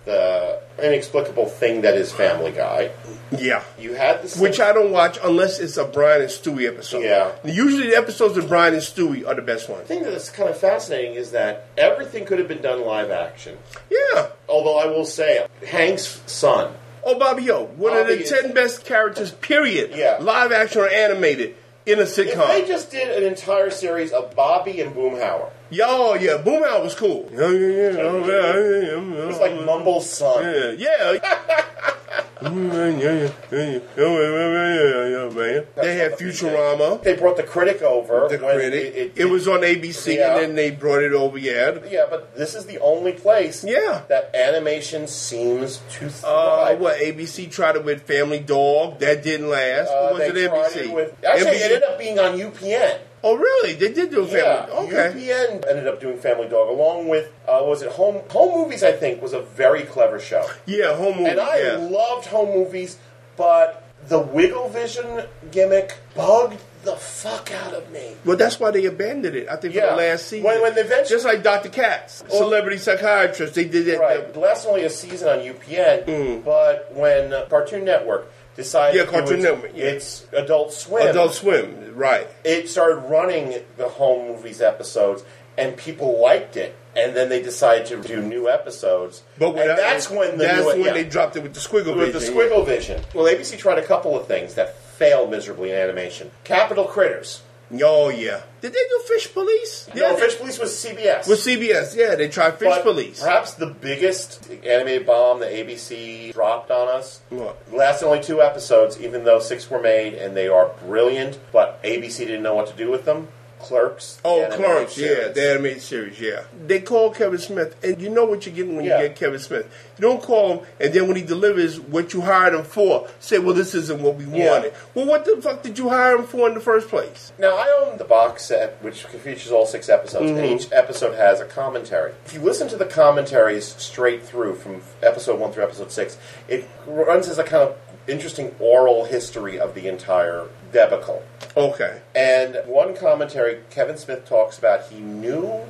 S2: the inexplicable thing that is Family Guy.
S12: Yeah.
S2: You had the
S12: Which I don't watch unless it's a Brian and Stewie episode.
S2: Yeah.
S12: Usually the episodes of Brian and Stewie are the best ones.
S2: thing that's kind of fascinating is that everything could have been done live action.
S12: Yeah.
S2: Although I will say, Hank's son.
S12: Oh, Bobby O, one of
S2: Bobby
S12: the
S2: is-
S12: ten best characters, period.
S2: Yeah.
S12: Live action or animated in a
S2: If
S12: sitcom.
S2: they just did an entire series of Bobby and Boomhauer,
S12: Yo, yeah, Boom Out was cool. Yeah, yeah, yeah, yeah, yeah, yeah,
S2: it's [laughs] like Mumble's son.
S12: Mm-hmm. yeah, yeah. Mm, yeah, yeah, yeah, yeah, yeah, yeah, yeah, man. They had Futurama.
S2: They brought the critic over.
S12: The
S2: when
S12: critic.
S2: It, it-
S12: it was on ABC,
S2: Yeah.
S12: and then they brought it over. Yeah,
S2: Yeah, but this is the only place
S12: Yeah.
S2: that animation seems to
S12: Uh,
S2: thrive.
S12: what ABC tried it with Family Dog? That didn't last.
S2: Uh,
S12: or was
S2: they
S12: it
S2: tried
S12: NBC?
S2: it with- actually,
S12: NBC
S2: it ended up being on UPN.
S12: oh, really? They did do a
S2: Yeah,
S12: Family. okay.
S2: UPN ended up doing Family Dog along with uh, what was it Home Home Movies? I think was a very clever show,
S12: Yeah, home movie.
S2: and I
S12: yeah.
S2: loved Home Movies, but the Wiggle Vision gimmick bugged the fuck out of me.
S12: well, that's why they abandoned it. I think for
S2: Yeah.
S12: the last season.
S2: When- when they eventually-
S12: just like Dr. Katz, celebrity psychiatrist, they did that.
S2: Right, it lasts only a season on UPN, but when uh, Cartoon Network decided
S12: Yeah,
S2: to
S12: Cartoon
S2: its,
S12: Network, yeah.
S2: it's Adult Swim,
S12: Adult Swim, right?
S2: it started running the home movies episodes and people liked it and then they decided to do new episodes
S12: But when
S2: and
S12: I-
S2: that's when the
S12: that's
S2: new,
S12: when
S2: yeah,
S12: they dropped it with the squiggle.
S2: with the
S12: vision,
S2: squiggle vision well abc tried a couple of things that failed miserably in animation capital critters
S12: Yeah. Oh yeah. Did they do Fish Police? Yeah,
S2: no
S12: they-
S2: fish police was cbs
S12: With CBS, yeah, they tried Fish
S2: But
S12: Police.
S2: Perhaps the biggest animated bomb that ABC dropped on us.
S12: What?
S2: Lasted only two episodes, even though six were made and they are brilliant, but ABC didn't know what to do with them. Clerks.
S12: Oh,
S2: the animated
S12: Clerks, yeah,
S2: series.
S12: the animated series, yeah. They call Kevin Smith, and you know what you're getting when
S2: Yeah.
S12: you get Kevin Smith. You don't call him, and then when he delivers what you hired him for, say, well, this isn't what we
S2: Yeah.
S12: wanted. Well, what the fuck did you hire him for in the first place?
S2: Now, I own the box set, which features all six episodes, and
S12: Mhm.
S2: each episode has a commentary. If you listen to the commentaries straight through from episode one through episode six, it runs as a kind of interesting oral history of the entire debacle.
S12: Okay.
S2: And one commentary, Kevin Smith talks about he knew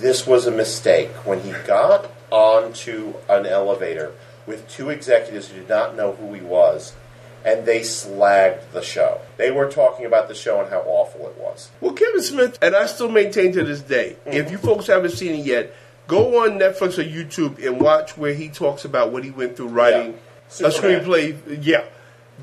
S2: this was a mistake when he got onto an elevator with two executives who did not know who he was, and they slagged the show. They were talking about the show and how awful it was.
S12: Well, Kevin Smith, and I still maintain to this day,
S2: Mm-hmm.
S12: if you folks haven't seen it yet, go on Netflix or YouTube and watch where he talks about what he went through writing a
S2: Superman.
S12: screenplay. Yeah.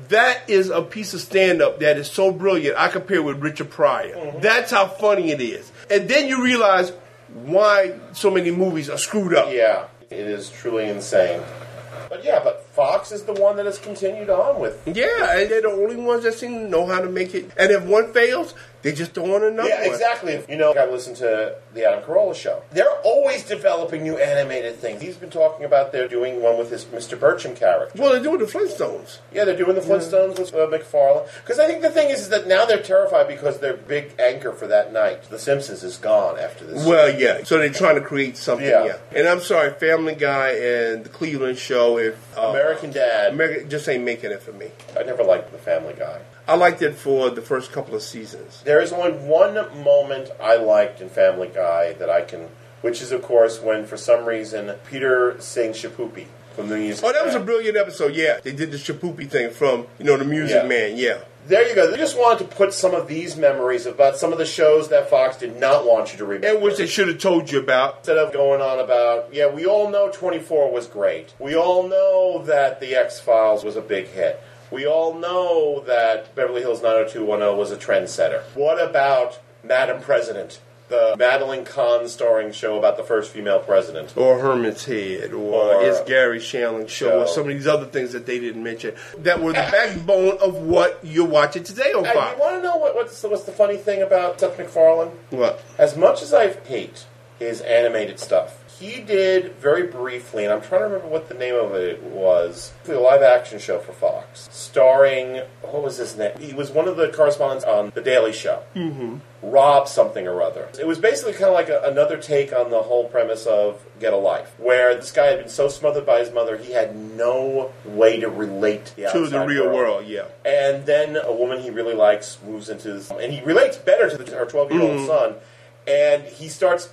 S12: That is a piece of stand up that is so brilliant. I compare it with Richard Pryor.
S2: Mm-hmm.
S12: That's how funny it is. And then you realize why so many movies are screwed up.
S2: Yeah, it is truly insane. But yeah, but Fox is the one that has continued on with.
S12: Yeah, and they're the only ones that seem to know how to make it. And if one fails, they just throw on another
S2: Yeah,
S12: one.
S2: exactly. You know, I listened to the Adam Carolla show. They're always developing new animated things. He's been talking about they're doing one with his Mr. Bertram character.
S12: Well, they're doing the Flintstones.
S2: Yeah, they're doing the Flintstones with uh, McFarlane. Because I think the thing is, is that now they're terrified because their big anchor for that night, The Simpsons, is gone after this.
S12: Well, yeah. So they're trying to create something.
S2: Yeah.
S12: Yeah. And I'm sorry, Family Guy and the Cleveland Show. If uh,
S2: American Dad.
S12: America just ain't making it for me.
S2: I never liked The Family Guy.
S12: I liked it for the first couple of seasons.
S2: There is only one moment I liked in Family Guy that I can, which is of course when for some reason Peter sings Shapoopy from the music.
S12: Oh, that was a brilliant episode. Yeah, they did the Shapoopy thing from you know the Music
S2: Yeah.
S12: Man. Yeah.
S2: There you go. They just wanted to put some of these memories about some of the shows that Fox did not want you to remember.
S12: And which they should have told you about.
S2: Instead of going on about, yeah, we all know 24 was great. We all know that The X Files was a big hit. We all know that Beverly Hills 90210 was a trendsetter. What about Madam President, the Madeline Kahn starring show about the first female president?
S12: Or Herman's Head, or,
S2: Or-
S12: It's Gary Shanley Show, or
S2: Show.
S12: some of these other things that they didn't mention that were the backbone of what you're watching today on
S2: And
S12: Fox.
S2: you want to know what, what's, what's the funny thing about Seth MacFarlane?
S12: What?
S2: As much as I hate his animated stuff, he did very briefly, and I'm trying to remember what the name of it was, a live action show for Fox, starring, what was his name? He was one of the correspondents on The Daily Show.
S12: Mm-hmm.
S2: Rob something or other. It was basically kind of like a, another take on the whole premise of Get a Life, where this guy had been so smothered by his mother, he had no way to relate to the,
S12: to the
S2: outside
S12: real world yeah.
S2: and then a woman he really likes moves into this, and he relates better to the, her 12 year old
S12: Mhm.
S2: son, and he starts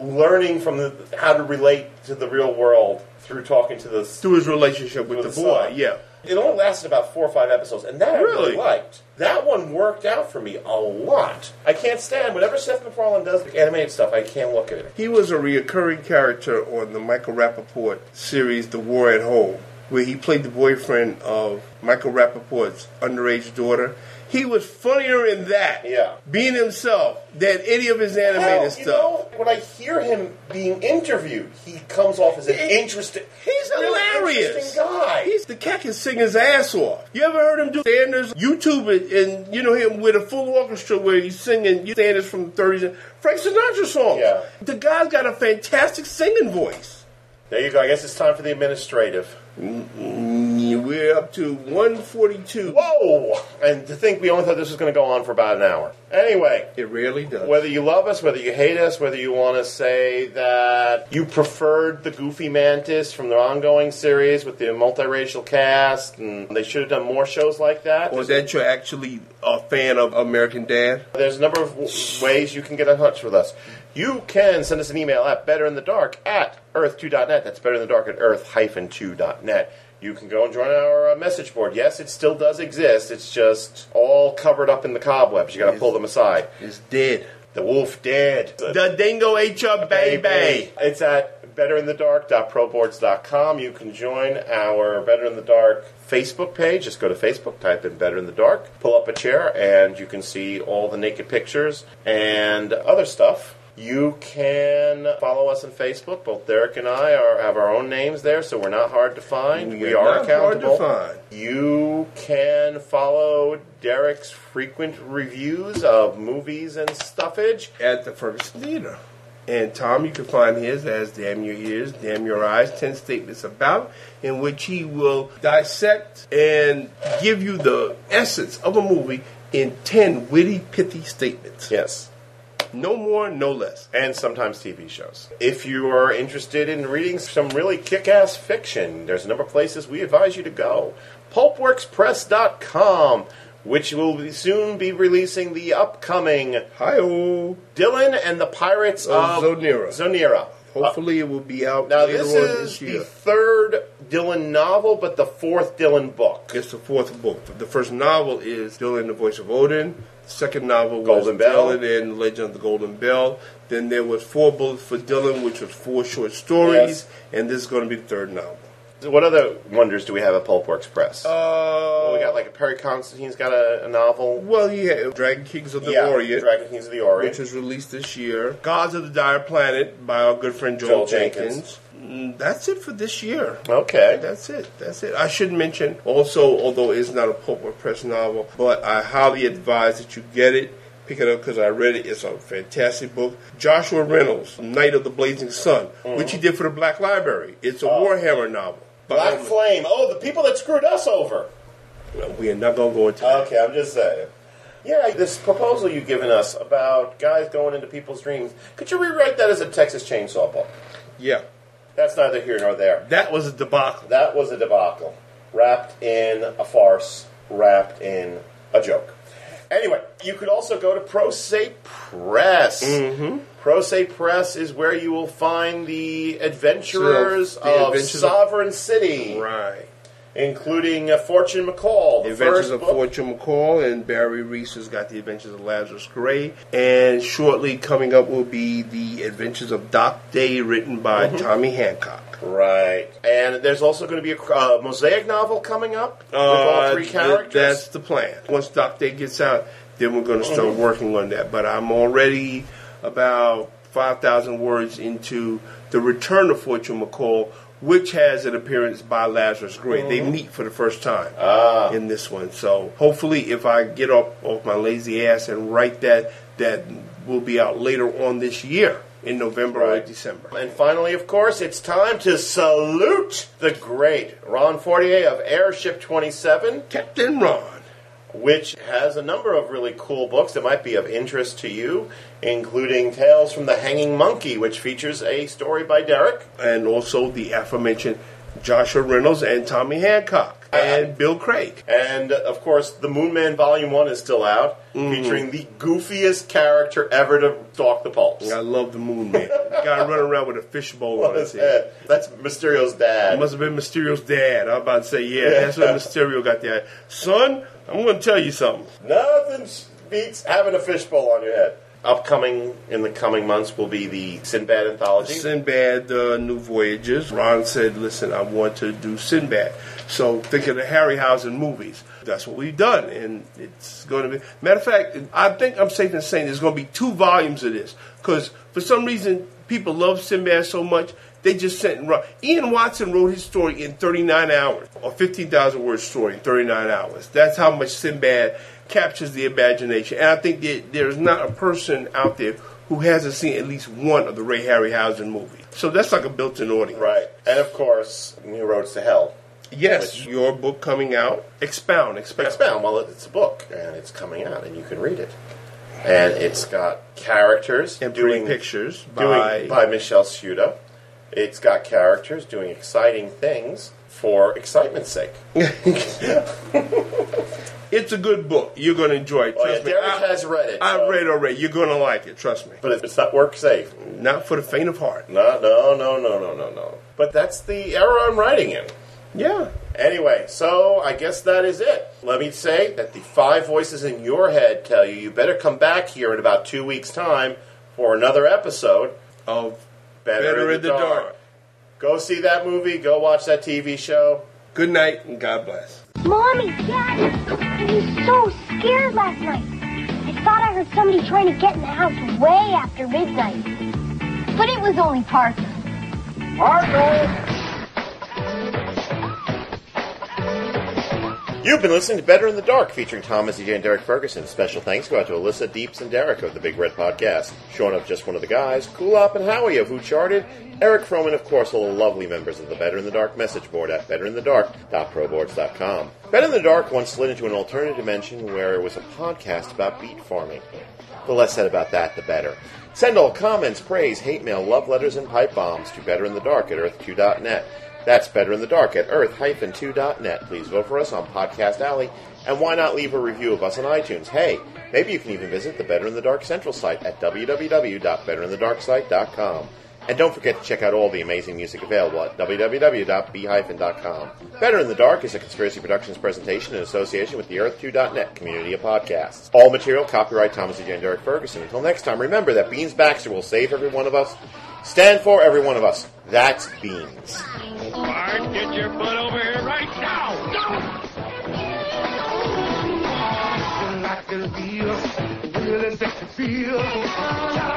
S2: learning from the, how to relate to the real world through talking to the
S12: through his relationship with, the boy.
S2: son.
S12: Yeah.
S2: It only lasted about four or five episodes, and that I really
S12: Really?
S2: liked. That one worked out for me a lot. I can't stand whenever Seth MacFarlane does animated stuff. I can't look at it.
S12: He was a reoccurring character on the Michael Rappaport series The War at Home, where he played the boyfriend of Michael Rappaport's underage daughter. He was funnier in that,
S2: Yeah.
S12: being himself, than any of his animated
S2: Hell,
S12: stuff.
S2: you know, when I hear him being interviewed, he comes off as an interesting.
S12: He's
S2: really
S12: hilarious.
S2: Interesting guy.
S12: He's the cat can sing his ass off. You ever heard him do standards? YouTube it and you know him with a full orchestra where he's singing standards from the 30s and Frank Sinatra songs.
S2: Yeah.
S12: The guy's got a fantastic singing voice.
S2: There you go. I guess it's time for the administrative.
S12: Mm, We're up to 142.
S2: Whoa! And to think we only thought this was going to go on for about an hour. Anyway,
S12: It really does.
S2: whether you love us, whether you hate us, whether you want to say that you preferred the Goofy Mantis from the ongoing series with the multiracial cast, and they should have done more shows like that.
S12: or that you're actually a fan of American Dad?
S2: There's a number of w- ways you can get in touch with us. You can send us an email at betterinthedark at earth2.net. That's betterinthedark at earth-2.net. You can go and join our uh, message board. Yes, it still does exist. It's just all covered up in the cobwebs. You got to pull them aside.
S12: It's dead.
S2: The wolf dead.
S12: The Dingo ate your baby.
S2: It's at betterinthedark.proboards.com. You can join our Better in the Dark Facebook page. Just go to Facebook, type in Better in the Dark, pull up a chair, and you can see all the naked pictures and other stuff. You can follow us on Facebook. Both Derek and I are have our own names there, so we're not hard to find. We,
S12: We are
S2: are
S12: not hard to
S2: accountable.
S12: find.
S2: You can follow Derek's frequent reviews of movies and stuffage
S12: at the Ferguson Theater. And Tom, you can find his as Damn Your Ears, Damn Your Eyes, 10 Statements About, in which he will dissect and give you the essence of a movie in 10 witty, pithy statements.
S2: Yes.
S12: No more, no less.
S2: and sometimes TV shows. If you are interested in reading some really kick ass fiction, there's a number of places we advise you to go. Pulpworkspress.com, which will be soon be releasing the upcoming
S12: hi
S2: Dylan and the Pirates
S12: Of
S2: of,
S12: Zonera.
S2: Zonera.
S12: Uh, Hopefully, it will be out
S2: Now,
S12: later
S2: this
S12: on
S2: is
S12: this year.
S2: the third Dylan novel, but the fourth Dylan book.
S12: It's the fourth book. The first novel is Dylan, the Voice of Odin. The second novel was
S2: Golden Bell.
S12: Dylan and Legend of the Golden Bell. Then there was Four Bullets for Dylan, which was four short stories.
S2: Yes.
S12: And this is going to be the third novel.
S2: What other wonders do we have at Pulpworks Press?
S12: Uh,
S2: well, we got like Perry Constantine's got a, a novel.
S12: well, yeah, Dragon Kings of the
S2: yeah,
S12: Orient,
S2: Dragon Kings of the Orient.
S12: which was released this year. Gods of the Dire Planet by our good friend
S2: Joel
S12: Joel,
S2: Jenkins.
S12: Mm, That's it for this year.
S2: okay.
S12: That's it. That's it. I should mention also, although it's not a pulp or press novel, but I highly advise that you get it. Pick it up because I read it. It's a fantastic book. Joshua Reynolds, Knight of the Blazing Sun,
S2: Mm-hmm.
S12: which he did for the Black Library. It's a Warhammer novel. But
S2: Oh. Black
S12: I'm-
S2: Flame. Oh, the people that screwed us over.
S12: we are not going to go into that.
S2: Okay, I'm just saying. Yeah, this proposal you've given us about guys going into people's dreams. Could you rewrite that as a Texas Chainsaw book?
S12: Yeah.
S2: That's neither here nor there.
S12: That was a debacle.
S2: That was a debacle, wrapped in a farce, wrapped in a joke. Anyway, you could also go to Pro Se Press. Mm-hmm. Pro Se Press is where you will find the adventurers
S12: So, the
S2: of
S12: adventures of-
S2: Sovereign City,
S12: Right.
S2: including uh, Fortune McCall, the
S12: The Adventures
S2: first
S12: of
S2: book.
S12: Fortune McCall and Barry Reese has got The Adventures of Lazarus Gray. And shortly coming up will be The Adventures of Doc Day, written by
S2: Mm-hmm.
S12: Tommy Hancock.
S2: Right. And there's also going to be a uh, mosaic novel coming up with all three
S12: Uh, th-
S2: characters.
S12: that's the plan. Once Doc Day gets out, then we're going to start
S2: Mm-hmm.
S12: working on that. But I'm already about 5,000 words into The Return of Fortune McCall, which has an appearance by Lazarus Gray. They
S2: Mm-hmm.
S12: meet for the first time
S2: Ah.
S12: in this one. So hopefully, if I get up off my lazy ass and write that, that will be out later on this year in November or
S2: Right.
S12: December.
S2: and finally, of course, it's time to salute the great Ron Fortier of Airship 27,
S12: Captain Ron.
S2: which has a number of really cool books that might be of interest to you, including Tales from the Hanging Monkey, which features a story by Derek.
S12: and also the aforementioned Joshua Reynolds and Tommy Hancock and Bill Craig.
S2: And uh, of course, the Moon Man Volume 1 is still out, featuring the goofiest character ever to stalk the pulps.
S12: I love the Moon Man. Guy running around with a fishbowl on his head.
S2: That's Mysterio's dad.
S12: It must have been Mysterio's dad. I'm about to say, yeah, that's what Mysterio got there. Son, I'm going to tell you something.
S2: Nothing beats having a fishbowl on your head. Upcoming in the coming months will be the Sinbad anthology.
S12: Sinbad, uh, New Voyages. Ron said, listen, I want to do Sinbad. So think of the Harryhausen movies. That's what we've done. And it's going to be. Matter of fact, I think I'm safe in saying there's going to be two volumes of this. Because for some reason, people love Sinbad so much, they just sent Ron. Ian Watson wrote his story in 39 hours, a 15,000 word story in 39 hours. That's how much Sinbad captures the imagination. And I think that there's not a person out there who hasn't seen at least one of the Ray Harryhausen movies. So that's like a built-in audience.
S2: Right. And of course, New Roads to Hell.
S12: Yes, your book coming out. Expound, expound.
S2: It's bound. Well, it's a book, and it's coming out, and you can read it. And it's got characters
S12: And pretty
S2: doing
S12: pictures by-
S2: doing, by Michelle Suda. It's got characters doing exciting things for excitement's sake.
S12: It's a good book. You're going to enjoy it.
S2: Oh,
S12: Trust
S2: yeah,
S12: me.
S2: Derek
S12: I,
S2: has read it,
S12: I've
S2: so-
S12: read already. You're going to like it. Trust me.
S2: But it's- it's not work safe.
S12: Not for the faint of heart.
S2: No, no, no, no, no, no, no. But that's the era I'm writing in.
S12: Yeah.
S2: Anyway, so I guess that is it. Let me say that the five voices in your head tell you you better come back here in about two weeks' time for another episode.
S12: Of
S2: Better, in, the, dark. Go see that movie. Go watch that TV show.
S12: Good night and God bless.
S11: Mommy, Dad, I was so scared last night. I
S13: thought I heard somebody trying to get in the house way after midnight. But it was only Parker.
S8: Parker!
S2: You've been listening to Better in the Dark, featuring Tom Izzy and Derek Ferguson. Special thanks go out to Alyssa Deeps and Derek of the Big Red Podcast, Sean of Just One of the Guys, Cool Op and Howie of Who Charted, Eric Froman, of course, all the lovely members of the Better in the Dark message board at betterinthedark.proboards.com. Better in the Dark once slid into an alternate dimension where it was a podcast about beet farming. The less said about that, the better. Send all comments, praise, hate mail, love letters, and pipe bombs to betterinthedark at earth2.net. That's Better in the Dark at earth-2.net. Please vote for us on Podcast Alley, and why not leave a review of us on iTunes? Hey, maybe you can even visit the Better in the Dark Central site at www.betterinthedarksite.com. And don't forget to check out all the amazing music available at www.b-com. Better in the Dark is a Conspiracy Productions presentation in association with the Earth2.net community of podcasts. All material copyright Thomas E. and Derek Ferguson. Until next time, remember that Beans Baxter will save every one of us. Stand for every one of us. That's Beans.
S6: Bart, get your butt over here right now!
S8: Like a real, real as it could feel.